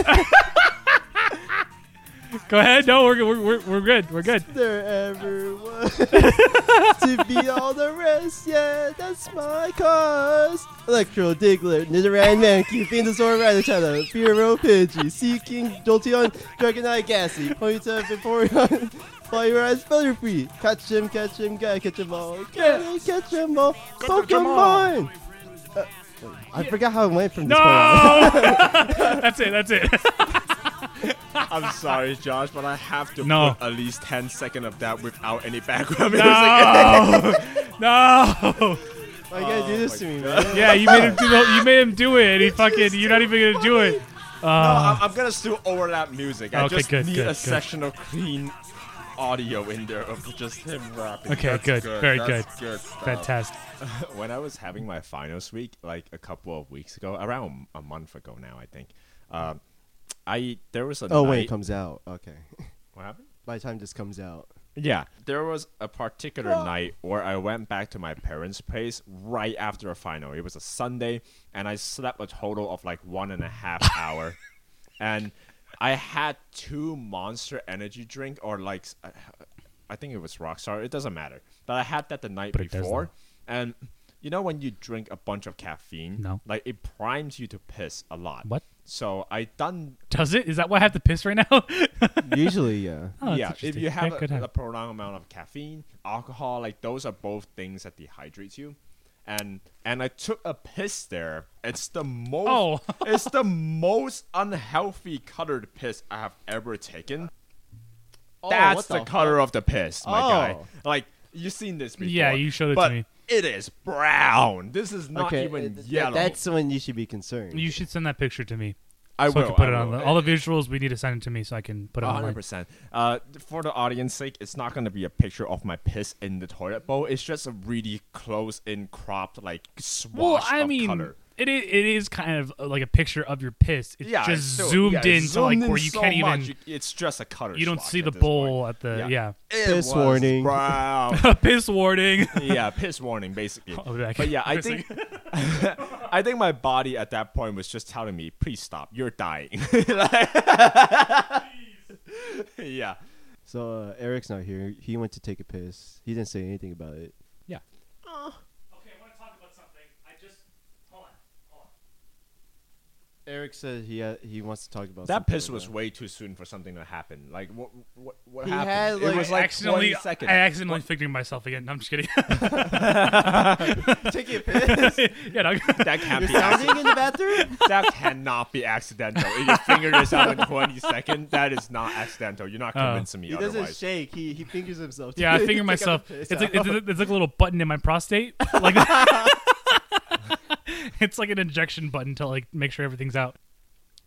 S1: Go ahead. No, we're we're we're, we're good. We're good.
S2: there ever was. to be all the rest, yeah, that's my cause. Electro Diggler, Nidoran Mankey, Venus Zorra Rattata, Firo Pidgey, Seeking Jolteon, Dragonite Gassy, Ponyta Vaporeon, Flyrise Butterfree, catch him, catch him, gotta catch him all, gotta catch him all,
S4: catch 'em all.
S2: Pokemon! Uh, I forgot how it went from this
S1: No.
S2: point on.
S1: that's it. That's it.
S4: I'm sorry, Josh, but I have to
S1: No.
S4: put at least 10 seconds of that without any background music.
S1: No. no.
S2: Why you gotta do
S4: Oh
S2: this
S4: my
S2: to me,
S4: God.
S2: man?
S1: Yeah, you made him do the, you made him do it, and he fucking you're not even gonna do it.
S4: No,
S1: Uh,
S4: I'm, I'm gonna still overlap music. I
S1: Okay,
S4: just
S1: good,
S4: need
S1: good,
S4: a
S1: good.
S4: section of clean audio in there of just him rapping.
S1: Okay,
S4: That's
S1: good, very
S4: That's good. stuff.
S1: fantastic.
S4: when I was having my finals week, like a couple of weeks ago, around a month ago now, I think. Um, I there was a
S2: Oh,
S4: night,
S2: when it comes out. Okay.
S4: what happened?
S2: By the time this comes out.
S4: Yeah, there was a particular night where I went back to my parents' place right after a final. It was a Sunday, and I slept a total of like one and a half hour, and I had two Monster Energy drink or like, s- I- I think it was Rockstar. It doesn't matter, but I had that the night
S1: But it does
S4: before, and you know when you drink a bunch of caffeine,
S1: No.
S4: like it primes you to piss a lot.
S1: What?
S4: So I done
S1: Does it? Is that why I have to piss right now?
S2: Usually, yeah.
S1: Oh, that's
S4: yeah, if
S1: interesting.
S4: you have
S1: That
S4: a,
S1: could
S4: a prolonged amount of caffeine, alcohol, like those are both things that dehydrates you. And and I took a piss there. It's the most
S1: Oh.
S4: it's the most unhealthy colored piss I have ever taken. That's
S1: Oh,
S2: what the
S4: the, color of the piss, my guy.
S2: Oh.
S4: Like you've seen this before.
S1: Yeah, you showed it to
S4: but
S1: me.
S4: It is brown. This is not
S2: th-
S4: even
S2: th-
S4: yellow.
S2: That's when you should be concerned.
S1: you should send that picture to me.
S4: I
S1: so
S4: will
S1: I can put it
S4: I
S1: on
S4: will.
S1: the, all the visuals. We need to send it to me so I can put it
S4: A hundred
S1: on.
S4: percent. Uh, for the audience' sake, it's not gonna be a picture of my piss in the toilet bowl. It's just a really close-in cropped like
S1: Well,
S4: swash
S1: I
S4: of
S1: mean,
S4: color.
S1: it is, it is kind of uh, like a picture of your piss. It's
S4: Yeah,
S1: just
S4: it's still-
S1: zoomed
S4: yeah,
S1: in
S4: it's
S1: to like
S4: zoomed in
S1: where you
S4: so
S1: can't even
S4: much, you- It's just a color.
S1: you don't
S4: swatch
S1: see
S4: at
S1: the
S4: this
S1: bowl
S4: point.
S1: at the yeah.
S4: Yeah. It
S2: Piss
S4: was
S2: warning.
S4: brown.
S1: piss warning. Oh,
S4: yeah, piss warning, basically.
S1: I'll be back.
S4: But yeah, I
S1: Piss
S4: think I think my body at that point was just telling me, "Please stop. You're dying." yeah.
S2: so uh, Eric's not here. He went to take a piss. He didn't say anything about it.
S4: Yeah.
S1: Okay, I want to talk about something. I just hold on, hold on.
S2: Eric said he had, he wants to talk about
S4: That
S2: something
S4: piss
S2: right
S4: was
S2: now.
S4: way too soon for something to happen. Like what? What? What
S2: He
S4: happened?
S2: had,
S4: it
S2: like-
S4: was
S1: I
S4: like
S1: accidentally,
S4: 20 seconds.
S1: I accidentally fingered myself again. No, I'm just kidding.
S2: Take a piss.
S1: yeah, no,
S4: that can't
S2: You're
S4: be. Acc-
S2: sounding in the bathroom.
S4: that cannot be accidental. If you fingered this out in 20 seconds, that is not accidental. You're not
S1: Oh.
S4: convincing me
S2: He doesn't
S4: otherwise.
S2: shake. He he fingers himself.
S1: yeah, I
S2: He
S1: finger
S2: took out
S1: myself.
S2: the piss.
S1: It's like it's, a- it's like a little button in my prostate. Like it's like an injection button to like make sure everything's out.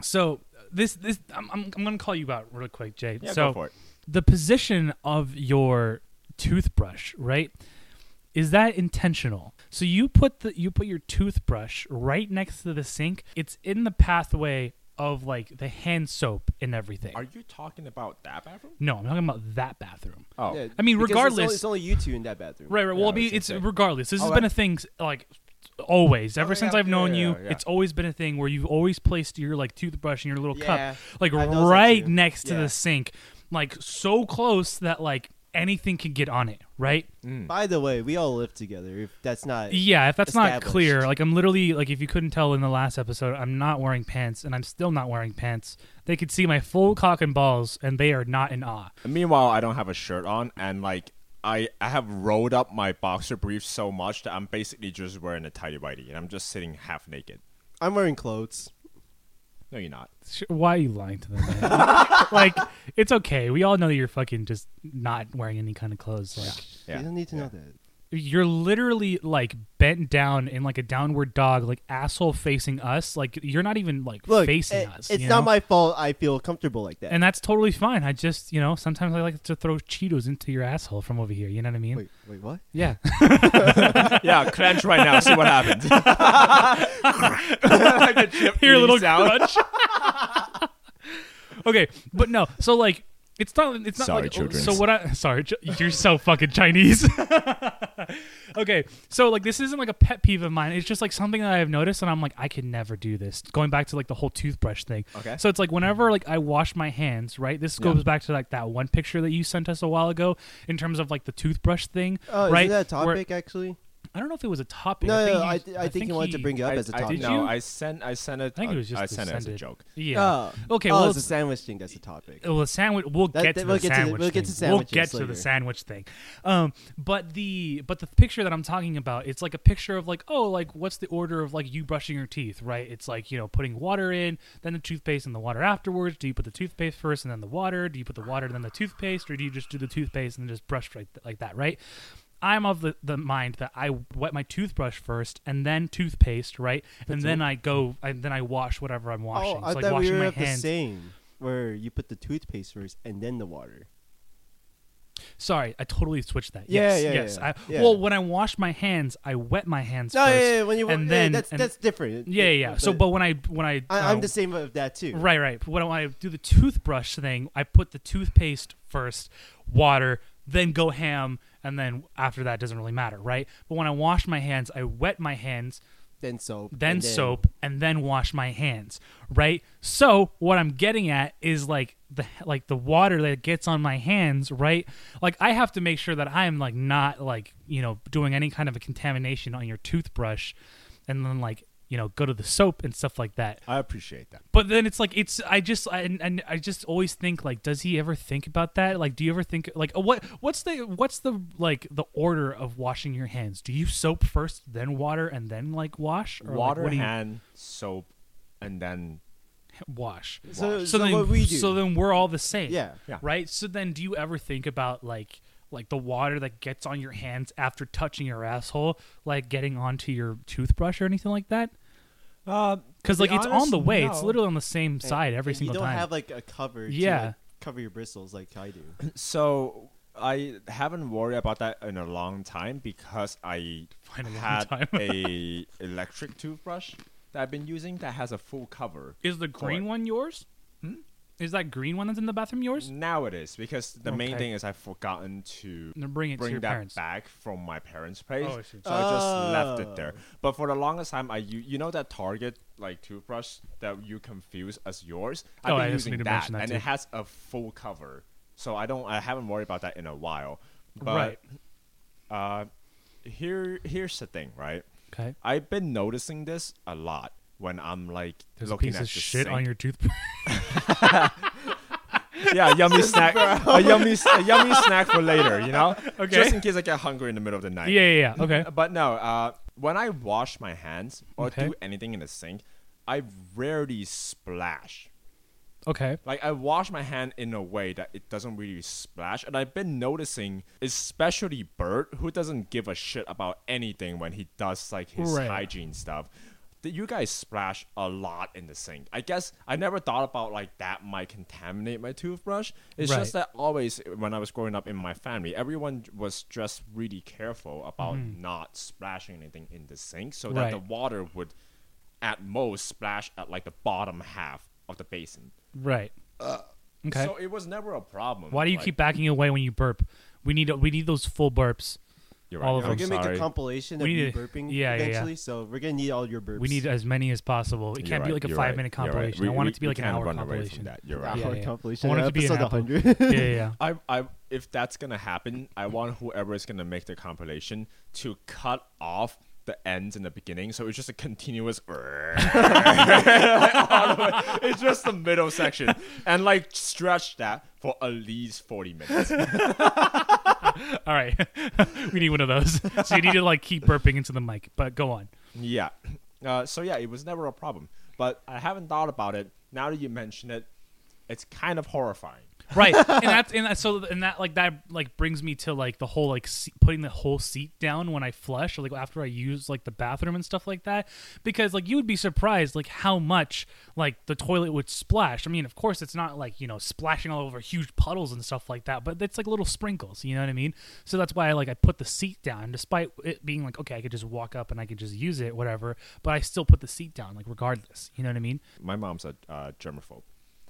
S1: So this this I'm I'm, I'm gonna call you out real quick, Jay.
S4: yeah,
S1: so
S4: go for it.
S1: the position of your toothbrush, right? Is that intentional? So you put the you put your toothbrush right next to the sink. It's in the pathway of like the hand soap and everything.
S4: Are you talking about that bathroom?
S1: no, I'm talking about that bathroom.
S4: Oh,
S2: Yeah,
S1: I mean,
S2: because
S1: regardless-
S2: it's only, it's only you two in that bathroom.
S1: Right, right. Well,
S4: Yeah,
S1: I mean,
S4: it's
S1: it's
S4: insane.
S1: regardless. This has
S4: Oh,
S1: been
S4: I-
S1: a thing s- like always. Ever
S4: yeah,
S1: since I've
S4: yeah,
S1: known
S4: yeah,
S1: you,
S4: yeah.
S1: it's always been a thing where you've always placed your like toothbrush in your little
S2: Yeah,
S1: cup, like
S2: I noticed that
S1: right
S2: too.
S1: next to
S2: Yeah.
S1: the sink, like so close that like anything can get on it, right?
S2: By the way, we all live together. If that's not
S1: Yeah, if that's not clear,
S2: Established.
S1: like I'm literally like if you couldn't tell in the last episode, I'm not wearing pants and I'm still not wearing pants. They could see my full cock and balls and they are not in awe.
S4: And Oh, meanwhile, I don't have a shirt on, and like I I have rolled up my boxer briefs so much that I'm basically just wearing a tidy whitey, and I'm just sitting half naked.
S2: I'm wearing clothes.
S4: No, you're not.
S1: Sh- Why are you lying to them? Man? like it's okay. We all know that you're fucking just not wearing any kind of clothes. Like
S4: Yeah.
S2: You don't need to
S4: yeah.
S2: know that.
S1: you're literally like bent down in like a downward dog, like asshole facing us. Like you're not even like
S2: Look,
S1: facing
S2: it-
S1: us.
S2: it's
S1: you
S2: not
S1: know?
S2: my fault. I feel comfortable like that.
S1: and that's totally fine. I just, you know, sometimes I like to throw Cheetos into your asshole from over here. You know what I mean?
S2: wait, wait, what?
S1: Yeah.
S4: yeah, clench right now. See what happens. like a chip
S1: Hear a little
S4: sound.
S1: crunch. okay, but no. So like, it's not. It's not
S4: Sorry,
S1: like.
S4: children.
S1: So what? I sorry. Ch- You're so fucking Chinese. okay, so like this isn't like a pet peeve of mine. It's just like something that I have noticed, and I'm like, I could never do this. Going back to like the whole toothbrush thing.
S4: Okay.
S1: So it's like whenever like I wash my hands, right? This
S4: Yeah.
S1: goes back to like that one picture that you sent us a while ago in terms of like the toothbrush thing,
S2: Oh,
S1: right?
S2: is that a
S1: Where-
S2: topic actually?
S1: I don't know if it was a topic.
S2: No,
S1: I think
S2: no,
S1: you-
S2: I, th- I, think you wanted to
S1: he-
S2: bring it up
S4: I,
S2: as a
S4: I-
S2: topic.
S4: no,
S1: you?
S4: I sent I sent it.
S1: I think it was just
S4: I
S1: to
S4: sent it as a
S1: send it.
S4: joke.
S1: Yeah.
S2: Oh.
S1: Okay,
S2: Oh,
S1: well,
S2: it's a
S1: it's- Oh,
S2: sandwich thing. That's a topic.
S1: Well, the sandwich. We'll
S2: That-
S1: get
S2: that-
S1: to
S2: we'll
S1: the
S2: get to the-
S1: sandwich.
S2: we'll
S1: thing.
S2: get to
S1: We'll
S2: sandwiches
S1: get to the
S2: later.
S1: sandwich thing. Um, but the but the picture that I'm talking about, it's like a picture of like oh like what's the order of like you brushing your teeth, right? It's like you know putting water in, then the toothpaste and the water afterwards. Do you put the toothpaste first and then the water? Do you put the water and then the toothpaste, or do you just do the toothpaste and just brush right like that, right? I'm of the, the mind that I wet my toothbrush first and then toothpaste, right? And then I go and then I wash whatever I'm washing.
S2: Oh, I
S1: so like
S2: thought we
S1: washing
S2: were
S1: my
S2: at the
S1: hands.
S2: same where you put the toothpaste first and then the water.
S1: Sorry, I totally switched that.
S2: Yeah,
S1: yes,
S2: yeah,
S1: yes.
S2: yeah,
S1: I,
S2: yeah.
S1: Well, when I wash my hands, I wet my hands
S2: No,
S1: first.
S2: yeah, yeah, when you
S1: and
S2: yeah,
S1: then
S2: that's
S1: and-
S2: that's different.
S1: yeah, yeah. yeah. So, but when I when I,
S2: I, I'm
S1: uh,
S2: the same of that too.
S1: right, right. When I do the toothbrush thing, I put the toothpaste first, water, then go ham, and then after that doesn't really matter, right? But when I wash my hands, I wet my hands,
S2: Then soap.
S1: then,
S2: and
S1: soap, and then wash my hands, right? So what I'm getting at is like the like the water that gets on my hands, right? Like I have to make sure that I am like not like you know doing any kind of a contamination on your toothbrush, and then like you know go to the soap and stuff like that.
S4: I appreciate that.
S1: But then it's like it's I just I, and, and I just always think like does he ever think about that? Like do you ever think like what what's the what's the like the order of washing your hands? Do you soap first, then water, and then like wash? Or, like,
S4: Water,
S1: what do you-
S4: hand, soap, and then
S1: wash. So,
S2: So, so,
S1: then
S2: what we do?
S1: so then we're all the same.
S2: yeah.
S4: Yeah.
S1: Right? So then do you ever think about like like the water that gets on your hands after touching your asshole, like getting onto your toothbrush or anything like that?
S2: Uh,
S1: Because like it's on the way, it's literally on the same side every
S2: And
S1: single
S2: You don't
S1: time.
S2: have like a cover.
S1: Yeah.
S2: To, like, cover your bristles like I do.
S4: So I haven't worried about that in a long time because I
S1: Fine, a long
S4: had
S1: time.
S4: a electric toothbrush that I've been using that has a full cover.
S1: Is the green
S4: Correct.
S1: one yours? Hmm? Is that green one that's in the bathroom yours?
S4: Now it is because the main
S1: Okay.
S4: thing is I've forgotten to
S1: Then bring it to your
S4: bring that
S1: parents.
S4: back from my parents' place.
S1: Oh, I see.
S4: So I just left
S2: Oh.
S4: it there. But for the longest time, I you, you know that Target like toothbrush that you confuse as yours. I've
S1: Oh,
S4: been
S1: I just
S4: using
S1: need to
S4: that,
S1: mention that
S4: and
S1: too.
S4: it has a full cover. So I don't I haven't worried about that in a while. But
S1: right.
S4: uh, here here's the thing, right?
S1: Okay.
S4: I've been noticing this a lot when I'm like
S1: There's a
S4: looking
S1: piece
S4: at
S1: of
S4: the
S1: shit
S4: sink.
S1: on your toothbrush.
S4: yeah, yummy snack, a yummy a yummy snack for later, you know,
S1: Okay.
S4: just in case I get hungry in the middle of the night.
S1: yeah, yeah, yeah. Okay.
S4: But no, uh, when I wash my hands or
S1: Okay.
S4: do anything in the sink, I rarely splash.
S1: Okay.
S4: Like I wash my hand in a way that it doesn't really splash, and I've been noticing, especially Bert, who doesn't give a shit about anything when he does like his
S1: Right.
S4: hygiene stuff. That you guys splash a lot in the sink. I guess I never thought about like that might contaminate my toothbrush. It's just
S1: Right.
S4: that always when I was growing up in my family, everyone was just really careful about not splashing anything in the sink, so that
S1: Mm-hmm.
S4: the
S1: Right.
S4: water would, at most, splash at like the bottom half of the basin.
S1: Right.
S2: Uh,
S1: okay.
S4: So it was never a problem.
S1: Why do you
S4: like-
S1: keep backing away when you burp? We need we need those full burps.
S4: You're
S1: All
S4: right.
S1: of
S4: I'm
S1: them.
S2: we're gonna make
S4: sorry.
S2: a compilation of
S1: We
S2: you
S1: need to-
S2: burping
S1: yeah, yeah, yeah.
S2: eventually, so we're gonna need all your burps.
S1: We need as many as possible. It
S4: You're
S1: can't be
S4: right,
S1: like a
S4: you're
S1: five
S4: right,
S1: minute
S4: you're right.
S1: compilation.
S4: We-
S1: I want
S4: we-
S1: it to be
S4: we
S1: like an
S4: can't
S1: hour
S4: run away from
S1: compilation.
S4: that. You're
S2: an
S4: right.
S1: Yeah,
S2: hour
S1: yeah. I
S2: compilation.
S1: want it
S2: of
S1: to be an
S2: episode
S1: apple.
S2: 100.
S1: yeah, yeah, yeah.
S4: I, I, if that's gonna happen, I want whoever is gonna make the compilation to cut off the ends and the beginning, so it's just a continuous. all the way- it's just the middle section, and like stretch that for at least forty minutes.
S1: All right, we need one of those. So you need to like keep burping into the mic. But go on.
S4: Yeah. Uh, so yeah, it was never a problem, but I haven't thought about it. Now that you mention it, it's kind of horrifying.
S1: Right, and that's and that, so and that like that like brings me to like the whole like se- putting the whole seat down when I flush or like after I use like the bathroom and stuff like that because like you would be surprised like how much like the toilet would splash. I mean, of course it's not like you know splashing all over huge puddles and stuff like that, but it's like little sprinkles. You know what I mean? So that's why I like I put the seat down despite it being like okay I could just walk up and I could just use it whatever, but I still put the seat down like regardless. You know what I mean?
S4: my mom's a uh, germaphobe,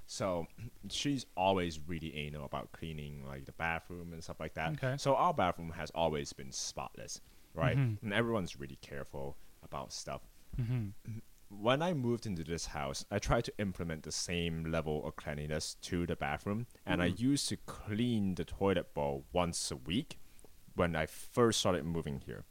S4: so she's always really anal about cleaning like the bathroom and stuff like that.
S1: Okay.
S4: So our bathroom has always been spotless, right? And everyone's really careful about stuff. When I moved into this house, I tried to implement the same level of cleanliness to the bathroom, and I
S1: Mm-hmm.
S4: used to clean the toilet bowl once a week when I first started moving here.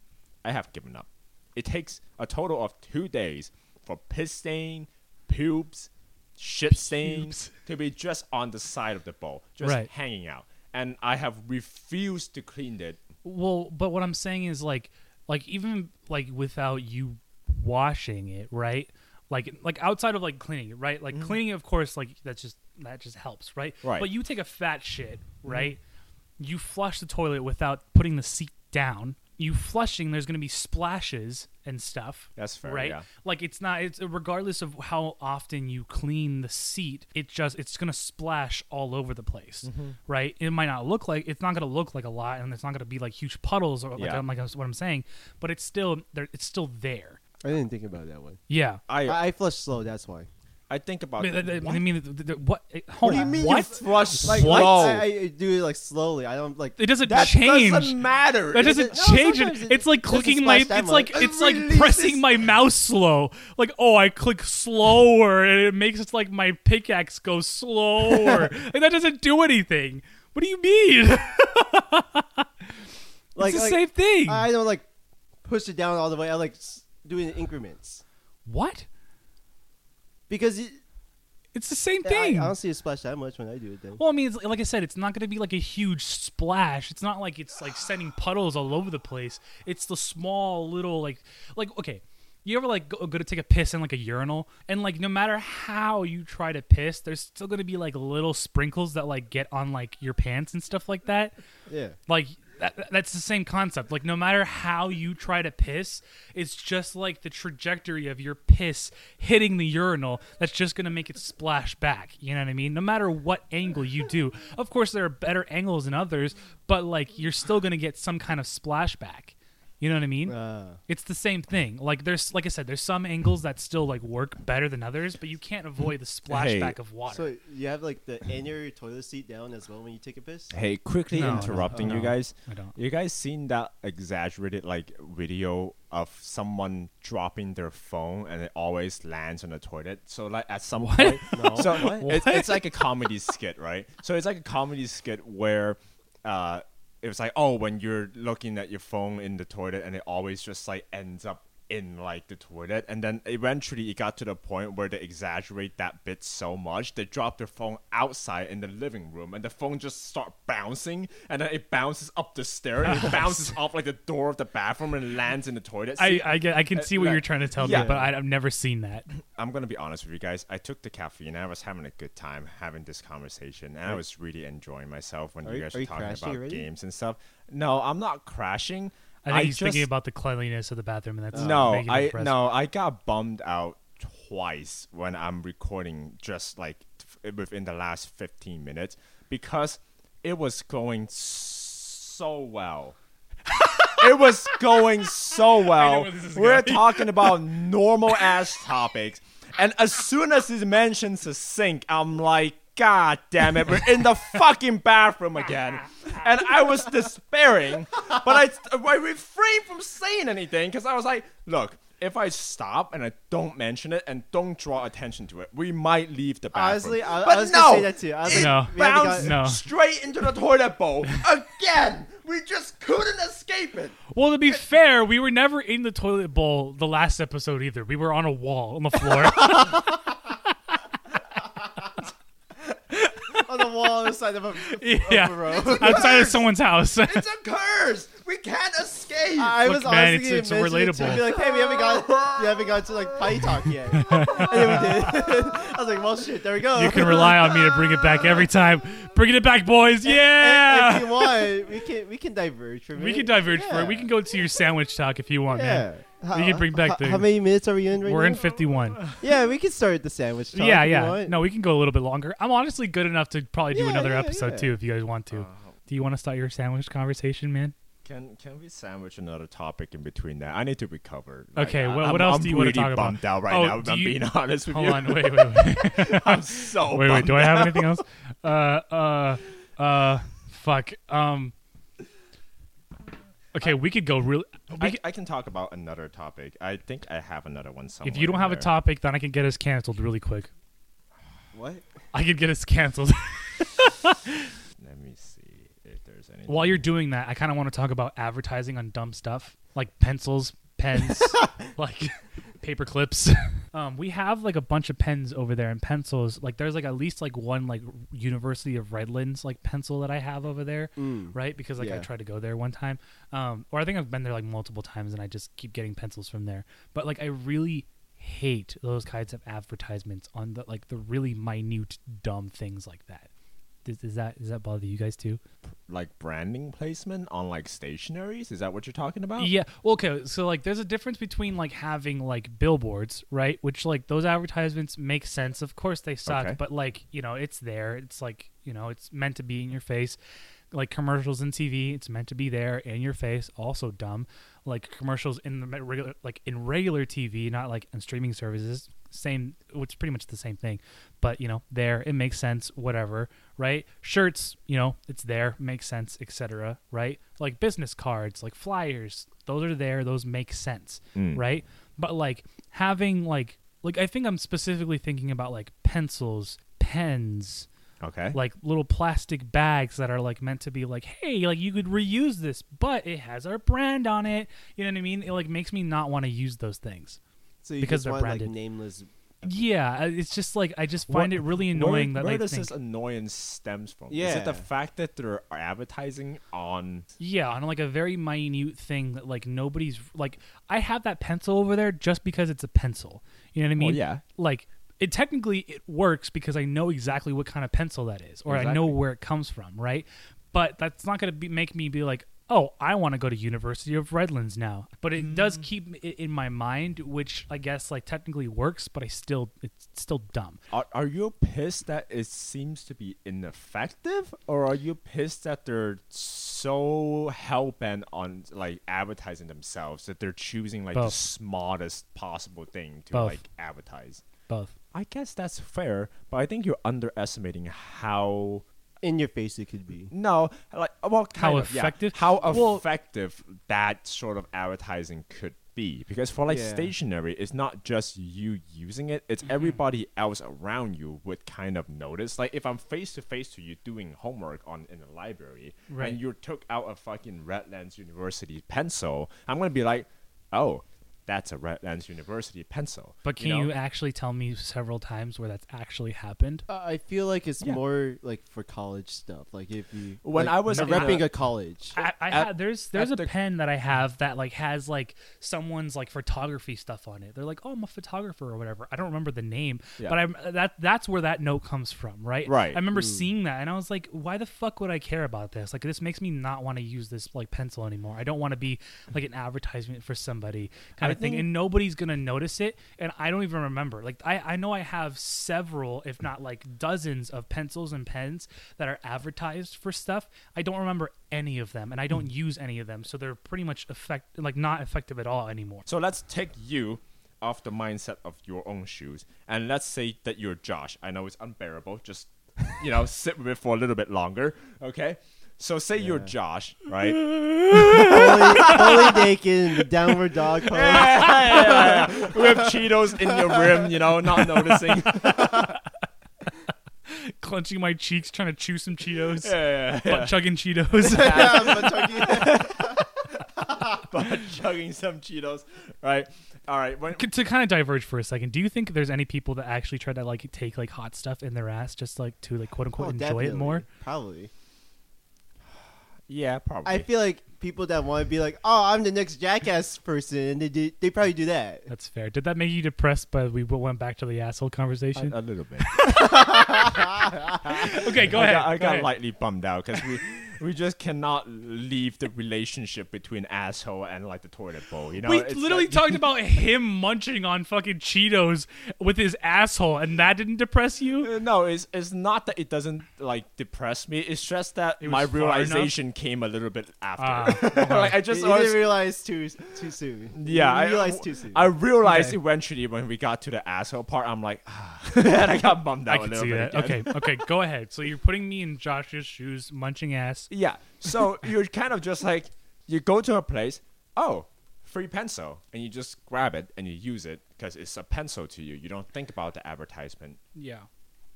S4: I have given up. It takes a total of two days for piss stain, pubes, shit stains to be just on the side of the bowl, just
S1: Right.
S4: hanging out. And I have refused to clean it.
S1: Well, but what I'm saying is like like even like without you washing it, right? Like like outside of like cleaning, it, right? Like cleaning it, of course, like that's just that just helps, right?
S4: Mm-hmm. Right. Mm-hmm.
S1: But you take a fat shit, right? You flush the toilet without putting the seat down. You flushing, there's gonna be splashes and stuff.
S4: That's fair,
S1: right?
S4: yeah.
S1: Like it's not. It's regardless of how often you clean the seat, it just it's gonna splash all over the place, right? It might not look like it's not gonna look like a lot, and it's not gonna be like huge puddles or like,
S4: Yeah.
S1: I'm like that's what I'm saying, but it's still there. It's still there.
S2: I didn't think about that one.
S1: Yeah.
S4: I
S2: I, I flush slow. That's why.
S4: I
S1: I
S4: think about
S1: mean,
S4: it.
S1: th- th- I mean, th- th- what? eh,
S2: do you
S1: hold on,
S2: mean you
S1: What?
S4: flush
S2: Like
S4: slow.
S2: I, I I do it like slowly. I don't like.
S1: it doesn't
S4: that
S1: change.
S4: doesn't matter.
S1: that
S4: It
S1: doesn't
S2: doesn't- no,
S1: change
S2: sometimes
S1: it.
S2: it-
S1: It's like
S2: doesn't
S1: clicking my.
S2: splash that
S1: It's like
S2: much.
S1: it's like
S4: Releases-
S1: pressing my mouse slow. Like oh, I click slower, and it makes it like my pickaxe go slower, and that doesn't do anything. What do you mean?
S2: like,
S1: it's the
S2: like,
S1: same thing.
S2: I don't like push it down all the way. I like s- do it in increments
S1: what?
S2: because it,
S1: It's the same
S2: I,
S1: thing.
S2: I don't see it splash that much when I do it. Then
S1: well, I mean, it's, like I said, it's not going to be like a huge splash. It's not like it's like sending puddles all over the place. It's the small little like like okay. You ever like go, go to take a piss in like a urinal and like no matter how you try to piss, there's still going to be like little sprinkles that like get on like your pants and stuff like that.
S2: yeah,
S1: Like that, that's the same concept. Like no matter how you try to piss, it's just like the trajectory of your piss hitting the urinal that's just going to make it splash back. You know what I mean? No matter what angle you do. Of course there are better angles than others, but like you're still going to get some kind of splashback. You know what I mean?
S2: uh,
S1: it's the same thing. Like there's like I said, there's some angles that still like work better than others, but you can't avoid the splashback of water.
S2: so you have like the end of your toilet seat down as well when you take a piss.
S4: Hey, quickly
S1: No, no,
S4: interrupting
S1: no,
S4: you guys.
S1: I don't.
S4: You guys seen that exaggerated like video of someone dropping their phone and it always lands on the toilet? So like at some point, so It's, it's like a comedy skit, right? So it's like a comedy skit where uh, it was like, oh, when you're looking at your phone in the toilet and it always just like ends up in like the toilet and then eventually it got to the point where they exaggerate that bit so much they drop their phone outside in the living room and the phone just start bouncing and then it bounces up the stair and it bounces off like the door of the bathroom and lands in the toilet
S1: I,
S4: seat.
S1: I get I can see what
S4: yeah.
S1: you're trying to tell
S4: Yeah.
S1: me, but I, I've never seen that.
S4: I'm gonna be honest with you guys. I took the caffeine. I was having a good time having this conversation, and I was really enjoying myself when
S2: Are you-
S4: you guys
S2: are
S4: were
S2: you
S4: talking
S2: crashing
S4: about
S2: already?
S4: games and stuff. No, I'm not crashing.
S1: I think he's
S4: just,
S1: thinking about the cleanliness of the bathroom, and that's
S4: no.
S1: making him
S4: I
S1: depressed.
S4: no. I got bummed out twice when I'm recording, just like f- within the last 15 minutes, because it was going so well. it was going so well.
S1: where this is
S4: We're
S1: going.
S4: talking about normal ass topics. And as soon as he mentions the sink, I'm like, God damn it, we're in the fucking bathroom again. and I was despairing, but I, I refrained from saying anything because I was like, look, if I stop and I don't mention it and don't draw attention to it, we might leave the bathroom.
S2: Honestly, I- I
S4: but
S2: was
S4: no,
S2: gonna say that too. I was
S4: it
S1: like,
S2: we haven't
S4: bounced
S1: got- No.
S4: straight into the toilet bowl again. We just couldn't escape it.
S1: Well, to be fair, we were never in the toilet bowl the last episode either. We were on a wall on the floor.
S2: Oh, on the wall on the side of a,
S1: yeah,
S2: a row.
S1: outside of someone's house.
S4: It's a curse. We can't escape.
S2: I
S1: Look,
S2: was
S1: man,
S2: honestly
S1: it's- it's
S2: gonna mention it to
S1: relatable.
S2: you, be like, hey, we haven't got we haven't got to like potty talk yet, and then we did. I was like, well, shit, there we go.
S1: you can rely on me to bring it back every time. Bringing it back, boys. Yeah.
S2: If you want, we can we can diverge from
S1: we
S2: it.
S1: can diverge for it. We
S2: Yeah.
S1: can go to your sandwich talk if you want,
S2: Yeah.
S1: man. We can bring back
S2: how,
S1: the-
S2: how many minutes are we in right
S1: We're
S2: now?
S1: in 51.
S2: yeah, we can start the sandwich talk.
S1: yeah,
S2: if you
S1: yeah.
S2: want.
S1: No, we can go a little bit longer. I'm honestly good enough to probably do
S2: Yeah,
S1: another
S2: yeah,
S1: episode
S2: yeah. Oh.
S1: too if you guys want to. do you want to start your sandwich conversation, man?
S4: Can can we sandwich another topic in between that? I need to recover.
S1: Okay,
S4: I-
S1: what-
S4: I'm-
S1: what else
S4: I'm
S1: do you wanna
S4: really
S1: talk about?
S4: bummed out right
S1: Oh,
S4: now. If
S1: do
S4: I'm
S1: you-
S4: being honest with
S1: Hold
S4: you.
S1: on, wait, wait, wait.
S4: I'm so
S1: wait, wait.
S4: bummed
S1: Do I have anything else? Uh, uh, uh, fuck. Um. Okay, we could go really.
S4: I, c- I can talk about another topic. I think I have another one somewhere.
S1: If you don't
S4: in
S1: have a
S4: there.
S1: topic, then I can get us canceled really quick.
S2: What?
S1: I could get us canceled.
S4: let me see if there's any.
S1: While you're doing that, I kind of want to talk about advertising on dumb stuff like pencils, pens, like paper clips. Um, we have like a bunch of pens over there and pencils. Like there's like at least like one like University of Redlands like pencil that I have over there, right? Because like I
S2: Yeah.
S1: tried to go there one time, um, or I think I've been there like multiple times, and I just keep getting pencils from there. But like I really hate those kinds of advertisements on the like the really minute dumb things like that. Does, does that does that bother you guys too?
S4: like branding placement on like stationaries, is that what you're talking about?
S1: Yeah. Well, okay. So like, there's a difference between like having like billboards, right? Which like those advertisements make sense. Of course they suck,
S4: Okay.
S1: but like you know, it's there. It's like you know, it's meant to be in your face. Like commercials and TV, it's meant to be there in your face. Also dumb. Like commercials in the me- regular, like in regular TV, not like in streaming services. Same, which is pretty much the same thing, but you know, there it makes sense. Whatever, right? Shirts, you know, it's there, makes sense, etc. Right? Like business cards, like flyers, those are there, those make sense, right? But like having like like I think I'm specifically thinking about like pencils, pens,
S4: Okay.
S1: like little plastic bags that are like meant to be like, hey, like you could reuse this, but it has our brand on it. You know what I mean? It like makes me not want to use those things.
S2: So you
S1: Because
S2: just
S1: they're
S2: want
S1: branded.
S2: like nameless.
S1: Yeah, I- it's just like I just find
S4: What-
S1: it really
S4: Eh. where-
S1: annoying that
S4: where
S1: like
S4: does
S1: think-
S4: this annoyance stems from? Is it
S2: Yeah.
S4: the fact that they're advertising on
S1: Yeah, on like a very minute thing that like nobody's like I have that pencil over there just because it's a pencil. You know what I mean?
S4: yeah.
S1: Like it technically it works because I know exactly what kind of pencil that is or I know
S4: Exactly.
S1: where it comes from, right? But that's not going to be make me be like, "Oh, I want to go to University of Redlands now." But it does
S4: Mm.
S1: keep it in my mind, which I guess like technically works, but I still it's still dumb.
S4: Are, are you pissed that it seems to be ineffective, or are you pissed that they're so hell bent on like advertising themselves that they're choosing like the
S1: Both.
S4: smartest possible thing to
S1: Both.
S4: like advertise?
S1: Both.
S4: I guess that's fair, but I think you're underestimating how
S2: In your face, it could be.
S4: no, like well, kind
S1: How
S4: of, yeah.
S1: effective?
S4: how
S1: Well-
S4: effective that sort of advertising could be. Because for like
S2: Yeah.
S4: stationery, it's not just you using it; it's
S1: Mm-hmm.
S4: everybody else around you would kind of notice. Like if I'm face to face to you doing homework on in the library,
S1: Right.
S4: and you took out a fucking Redlands University pencil, I'm gonna be like, oh. That's a Redlands University pencil.
S1: But can you,
S4: know?
S1: actually tell me several times where that's actually happened?
S2: Uh, I feel like it's
S4: Yeah.
S2: more like for college stuff. Like if you
S4: When
S2: like,
S4: I was in
S2: repping
S4: a-
S2: a, college,
S1: I, I
S4: At-
S1: had there's there's a
S4: at the-
S1: pen that I have that like has like someone's like photography stuff on it. They're like, oh, I'm a photographer or whatever. I don't remember the name,
S4: Yeah.
S1: but I'm that that's where that note comes from, right?
S4: Right.
S1: I remember seeing that and I was like, why the fuck would I care about this? Like, this makes me not want to use this like pencil anymore. I don't want to be like an advertisement for somebody kind
S4: I
S1: of thing,
S4: think-
S1: and nobody's gonna notice it. And I don't even remember. Like, I I know I have several, if not like dozens, of pencils and pens that are advertised for stuff. I don't remember any of them, and I
S4: Mm.
S1: don't use any of them, so they're pretty much effect like not effective at all anymore.
S4: So let's take you off the mindset of your own shoes, and let's say that you're Josh. I know it's unbearable. Just you know, sit with it for a little bit longer, okay? So say you're
S2: Yeah.
S4: Josh, right?
S2: Fully, fully naked in the downward dog pose.
S4: yeah, yeah, yeah. With Cheetos in your rim, you know, not noticing.
S1: Clenching my cheeks, trying to chew some Cheetos.
S4: yeah, yeah,
S1: Butt chugging Cheetos.
S2: Yeah, but chugging-
S4: But chugging some Cheetos, right? All right. When,
S1: C- to kind of diverge for a second, do you think there's any people that actually try to like take like hot stuff in their ass just like to like quote unquote
S2: Oh,
S1: enjoy it
S2: definitely.
S1: more?
S2: Probably.
S4: yeah, probably.
S2: I feel like people that want to be like, oh, I'm the next jackass person, and they do, they probably do that.
S1: That's fair. Did that make you depressed? But we went back to the asshole conversation.
S4: a, a little bit.
S1: okay, go
S4: I
S1: ahead.
S4: Got, I
S1: go
S4: got
S1: ahead.
S4: lightly bummed out because we we just cannot leave the relationship between asshole and like the toilet bowl. You know,
S1: we
S4: It's
S1: literally
S4: like-
S1: talked about him munching on fucking Cheetos with his asshole, and that didn't depress you.
S4: Uh, No, it's it's not that it doesn't like depress me. It's just that
S1: It
S4: my
S1: was far enough?
S4: realization came a little bit
S1: Ah,
S4: after. like I just
S2: you
S4: I was-
S2: didn't realize too too soon.
S4: yeah,
S2: you
S4: I
S2: realized too soon.
S4: I realized
S1: Okay.
S4: eventually when we got to the asshole part, I'm like, ah, and I got bummed out
S1: I
S4: a
S1: can
S4: little
S1: see
S4: bit.
S1: that.
S4: again.
S1: Okay, okay, go ahead. So you're putting me in Josh's shoes, munching ass.
S4: Yeah. So you're kind of just like you go to a place, oh, free pencil, and you just grab it and you use it because it's a pencil to you. You don't think about the advertisement.
S1: Yeah.
S4: uh,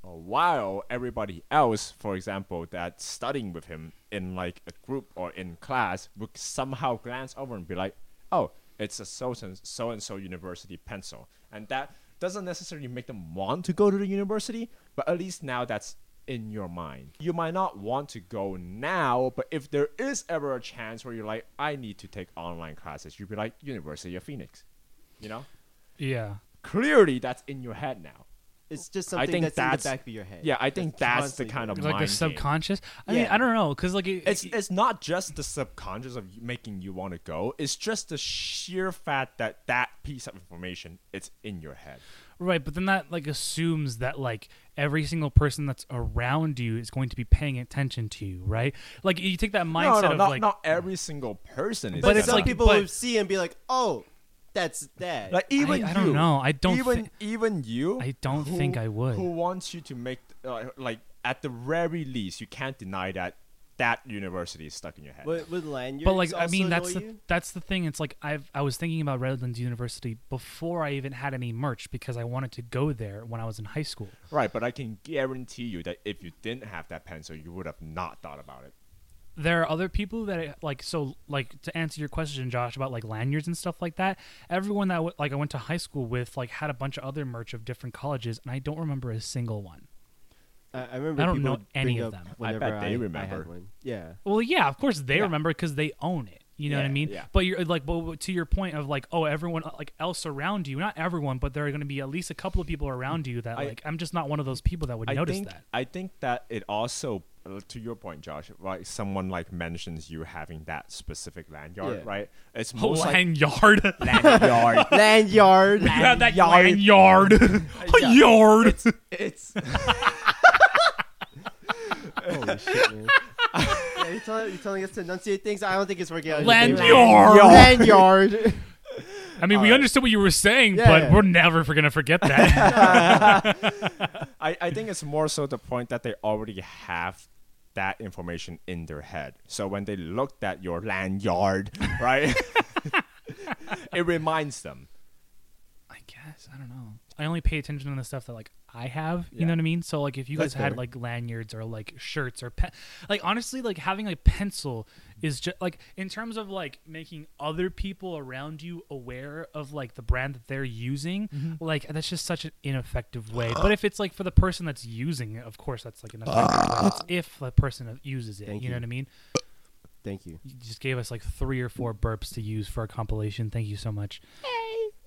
S4: While everybody else, for example, that's studying with him in like a group or in class, would somehow glance over and be like, "Oh, it's a so and so and so university pencil," and that doesn't necessarily make them want to go to the university, but at least now that's in your mind. You might not want to go now, but if there is ever a chance where you're like, "I need to take online classes," you'd be like, "University of Phoenix," you know.
S1: Yeah.
S4: Clearly, that's in your head now.
S2: it's just something
S4: think
S2: that's,
S4: that's-
S2: in the back of your head.
S4: Yeah, I think that's the
S2: constantly
S4: kind of
S1: Like
S4: mind
S1: the
S4: game.
S1: subconscious. I mean,
S2: Yeah.
S1: I don't know, cause like it,
S4: It's it's not just the subconscious of you- making you want to go. It's just the sheer fact that that piece of information it's in your head.
S1: Right, but then that like assumes that like every single person that's around you is going to be paying attention to you, right? Like you take that mindset
S4: no, no,
S1: of
S4: not
S1: like
S4: not every single person is.
S2: But,
S1: But it's
S2: some
S1: like-
S2: people
S1: but-
S2: would see and be like, oh, that's that.
S4: like even
S1: I
S4: you.
S1: don't know. I don't
S4: even
S1: thi-
S4: even you.
S1: I don't think I would.
S4: Who wants you to make uh, like at the very least you can't deny that that university is stuck in your head.
S2: would, would lanyards
S1: but like I
S2: also
S1: mean that's
S2: annoy
S1: the
S2: you?
S1: that's the thing. It's like I've I was thinking about Redlands University before I even had any merch because I wanted to go there when I was in high school.
S4: Right, but I can guarantee you that if you didn't have that pencil, you would have not thought about it.
S1: there are other people that like so like to answer your question josh about like lanyards and stuff like that everyone that w- like i went to high school with like had a bunch of other merch of different colleges and i don't remember a single one
S2: I, I remember.
S1: I don't
S2: people
S1: know
S2: would
S1: any
S2: bring
S1: of
S2: up
S1: them. I
S2: whenever
S4: bet they
S2: I- I
S4: remember.
S2: had one. Yeah.
S1: well yeah of course they remember because they own it you know what i
S4: Yeah,
S1: mean
S4: yeah.
S1: but you're like but to your point of like oh everyone like else around you not everyone but there are going to be at least a couple of people around you that
S4: I-
S1: like i'm just not one of those people that would notice
S4: think,
S1: that
S4: I think that it also, uh, to your point, Josh, like someone like mentions you having that specific lanyard,
S2: Yeah.
S4: right? It's
S1: oh,
S4: most like
S1: lanyard
S4: lanyard.
S2: Lanyard.
S1: you have that lanyard
S4: Lanyard.
S1: a yard
S4: it's it's
S2: Holy shit, man. yeah, you're, telling, you're telling us to enunciate things. I don't think it's working out.
S1: Lanyard.
S2: Lanyard.
S1: I
S4: uh,
S1: mean, we understood what you were saying,
S2: Yeah,
S1: but
S2: yeah.
S1: we're never going to forget that.
S4: I, I think it's more so the point that they already have that information in their head. So when they looked at your lanyard, right, it reminds them.
S1: I guess. I don't know. I only pay attention to the stuff that, like, I have. You
S4: Yeah.
S1: know what I mean? So, like, if you
S4: That's
S1: guys had,
S4: fair.
S1: like, lanyards or, like, shirts or pen. Like, honestly, like, having a pencil is just, like, in terms of, like, making other people around you aware of, like, the brand that they're using, like, that's just such an ineffective way. But if it's, like, for the person that's using it, of course, that's, like, an effective way. It's if the person uses it.
S2: Thank
S1: you know
S2: you.
S1: what I mean?
S2: Thank you.
S1: you just gave us like three or four burps to use for a compilation. Thank you so much.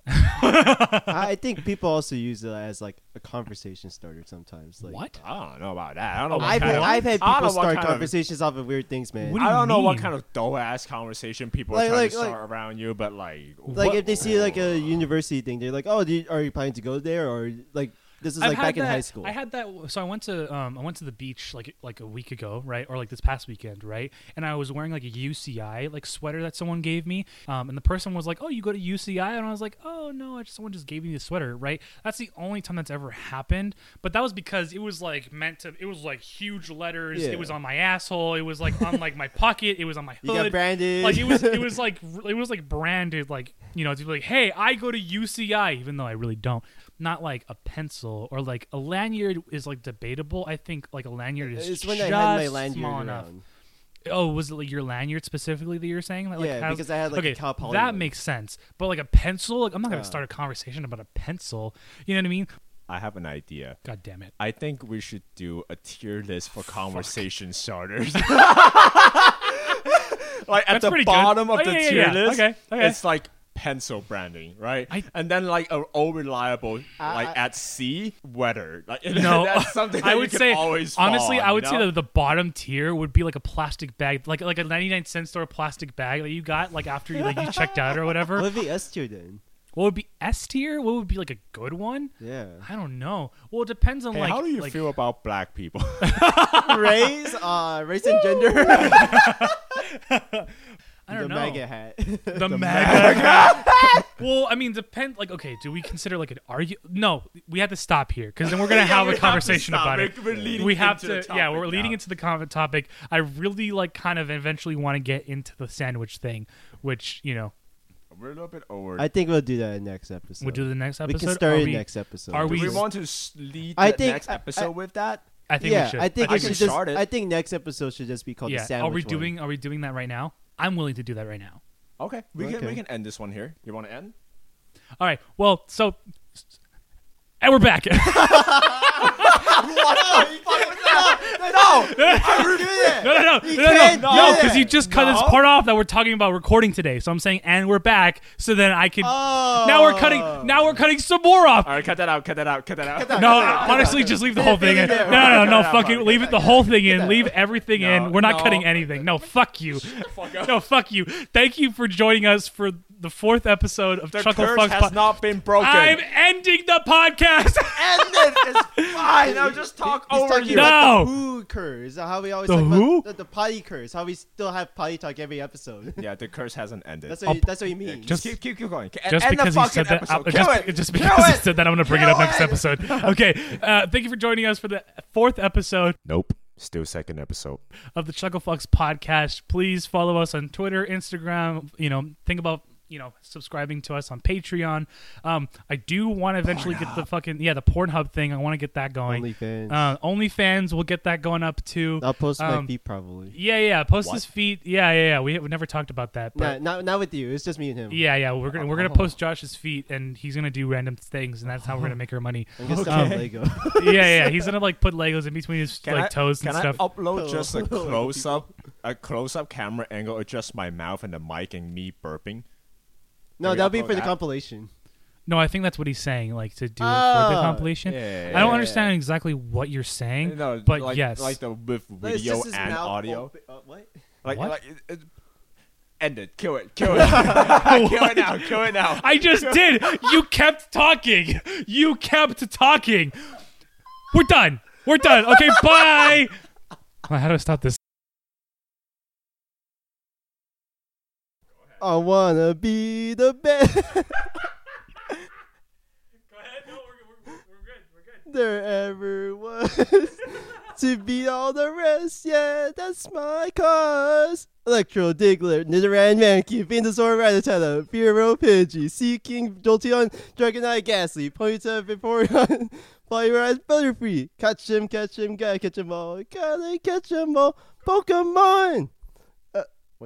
S2: I I think people also use it as like a conversation starter sometimes. Like,
S1: what?
S4: I don't know about that. I don't know. what
S2: Oh, I've,
S4: kind of-
S2: I've had
S4: I don't know
S2: people
S4: what
S2: start
S4: kind of-
S2: conversations off of weird things, man.
S1: What do
S4: I
S1: you
S4: don't know what
S1: mean?
S4: kind of dull ass conversation people
S2: Like-
S4: are trying
S2: like-
S4: to
S2: like-
S4: start around you, but like,
S2: like
S1: What-
S2: if they see like a university thing, they're like, "Oh, do you, are you planning to go there?" Or like This is
S1: I've
S2: like
S1: had
S2: back in
S1: that-
S2: high school.
S1: I had that. So I went to um, I went to the beach like like a week ago, right, or like this past weekend, right? And I was wearing like a UCI like sweater that someone gave me, um, and the person was like, "Oh, you go to UCI?" And I was like, "Oh no, I just someone just gave me the sweater, right?" That's the only time that's ever happened. But that was because it was like meant to. It was like huge letters.
S2: Yeah.
S1: It was on my asshole. It was like on like my pocket. It was on my
S2: you got
S1: hood.
S2: branded.
S1: Like it was, it was like it was like branded, like you know, to be like, hey, I go to UCI, even though I really don't. Not like a pencil or like a lanyard is like debatable. I think like a lanyard is
S2: it's
S1: just
S2: when I had my lanyard
S1: small
S2: around.
S1: enough. Oh, was it like your lanyard specifically that you're saying? That, like,
S2: Yeah,
S1: has-
S2: because I had, like, a
S1: okay,
S2: top
S1: that
S2: Hollywood.
S1: makes sense. But like a pencil, like I'm not gonna
S2: Uh.
S1: start a conversation about a pencil. You know what I mean?
S4: I have an idea.
S1: God damn it!
S4: I think we should do a tier list for conversation starters. like at
S1: That's
S4: the
S1: pretty good.
S4: bottom
S1: Oh,
S4: of the
S1: yeah, yeah,
S4: tier
S1: yeah.
S4: list,
S1: Okay, okay.
S4: it's like pencil branding, right?
S1: I-
S4: and then like a all reliable, like
S2: I-
S4: at sea, weather. Like
S1: No, uh,
S4: that's something
S1: I
S4: that you
S1: would
S4: can
S1: say
S4: always fall
S1: honestly,
S4: on,
S1: I
S4: you
S1: would say
S4: know?
S1: that the bottom tier would be like a plastic bag, like like a ninety nine cent store plastic bag that you got like after you like you checked out or whatever.
S2: What
S1: what
S2: if the S tier then?
S1: would be S tier? What would be like a good one?
S2: Yeah.
S1: I don't know. Well, it depends on
S4: Hey,
S1: like
S4: how do you
S1: like-
S4: feel about black people?
S2: race, uh, race and gender. the
S1: I don't know.
S2: mega hat.
S1: the, mega. guy. well, I mean, depend. Like, okay, do we consider like an argument? No, we have to stop here because then we're gonna
S4: Yeah,
S1: have
S4: we
S1: a
S4: have to
S1: conversation
S4: stop.
S1: about
S4: We're-
S1: it.
S4: we're leading
S1: we have
S4: into
S1: to.
S4: the
S1: yeah,
S4: topic
S1: we're leading
S4: now.
S1: into the common topic. I really like kind of eventually want to get into the sandwich thing, which you know
S4: We're a little bit over.
S2: I think we'll do that in next episode.
S1: we'll do the next
S2: We
S1: episode.
S2: can
S1: Are
S2: start it
S1: we-
S2: next episode.
S1: are
S4: do we
S1: we-
S4: want to s- lead
S2: I
S4: the
S2: think-
S4: next
S2: I- I-
S4: episode with that?
S1: I think
S2: yeah,
S1: we should.
S2: I think
S4: I
S2: we
S4: think
S2: should
S4: we
S2: just.
S4: start it.
S2: I think next episode should just be called the
S1: yeah. Are
S2: sandwich.
S1: we
S2: one.
S1: doing? Are we doing that right now? I'm willing to do that right now.
S4: Okay, we can
S2: Okay.
S4: we can end this one here. You want to end?
S1: All right. Well, so and we're back. no,
S2: No, I repeat it.
S1: no, no, no,
S2: You
S1: no,
S2: can't
S1: no,
S2: do
S1: because
S2: that.
S1: you just cut this
S4: No.
S1: part off that we're talking about recording today. So I'm saying, and we're back. So then I could.
S2: Oh.
S1: Now we're cutting. Now we're cutting some more off.
S4: All right, cut that out. Cut that out. Cut that out.
S1: No, honestly, just leave the whole thing in.
S2: Leave
S1: No,
S2: it in.
S1: no, no, no,
S4: Cut it out,
S1: fuck it.
S4: Bobby.
S1: Leave it the whole thing in. Leave everything
S4: No,
S1: in. We're not
S4: no.
S1: cutting anything. No, fuck you.
S4: Fuck up.
S1: No, fuck you. Thank you for joining us for the fourth episode of
S4: The
S1: Chuckle
S4: curse
S1: Fuck
S4: has
S1: Pod-
S4: not been broken.
S1: I'm ending the podcast.
S2: End it. It's fine.
S4: Now just talk
S2: He's
S4: over
S2: talking
S4: you.
S2: about
S1: No.
S2: the who curse. How we always
S1: The
S2: talk
S1: who?
S2: about the, the potty curse. How we still have potty talk every episode.
S4: Yeah, the curse hasn't ended.
S2: That's what you, that's what you mean.
S1: just-
S4: keep, keep, keep going.
S1: just
S4: End
S1: because
S4: the
S1: he
S4: fucking
S1: said that,
S4: episode.
S1: uh,
S4: Kill
S1: just,
S4: it.
S1: just
S4: Kill
S1: because he
S4: it.
S1: said that, I'm gonna bring it
S4: Kill
S1: up next
S4: it.
S1: episode. Okay, uh, thank you for joining us for the fourth episode
S4: Nope. Still second episode.
S1: of the Chucklefucks podcast. Please follow us on Twitter, Instagram. You know, think about you know subscribing to us on Patreon. Um, I do want to eventually get the fucking yeah the Pornhub thing. I want to get that going.
S2: OnlyFans.
S1: Uh, OnlyFans, we'll get that going up too.
S2: I'll post my
S1: um,
S2: feet probably.
S1: Yeah, yeah. Post
S4: What?
S1: his feet. Yeah, yeah, yeah. We, we never talked about that, but
S2: No, not not with you. It's just me and him.
S1: Yeah, yeah, we're gonna we're gonna
S4: Oh.
S1: post Josh's feet, and he's gonna do random things, and that's how we're gonna make our money.
S2: I'm gonna
S1: Um,
S2: stop Lego.
S1: yeah, yeah, he's gonna like put Legos in between his
S4: Can
S1: like
S4: I,
S1: toes
S4: can
S1: and stuff.
S4: I Oh. upload just a
S2: Hello,
S4: close up, a close up camera angle, adjust my mouth and the mic and me burping?
S2: No,
S4: Can we
S2: that'll be
S4: upload
S2: for the
S4: that?
S2: compilation.
S1: no, I think that's what he's saying, like to do it for the
S2: Oh,
S1: compilation.
S4: yeah,
S1: I don't
S4: yeah,
S1: understand exactly what you're saying,
S4: No,
S1: but
S4: like,
S1: yes,
S4: like the with video and audio.
S2: what?
S4: Like,
S1: What?
S4: like it, it, end it, kill it, kill it, kill it now, kill it now.
S1: I just did. You kept talking. You kept talking. We're done. We're done. Okay, bye. How do I stop this?
S2: I wanna be the best
S1: Go ahead. No, we're, we're, we're good. We're good.
S2: there ever was. to beat all the rest, yeah, that's my cause. Electro Diggler, Nidoran Mankey, Venusaur Rattata, Firo Pidgey, Sea King Jolteon, Dragonite Ghastly, Ponyta Vaporeon, Poliwrath Butterfree, catch him, catch him, gotta catch 'em all, gotta catch 'em all, Pokemon!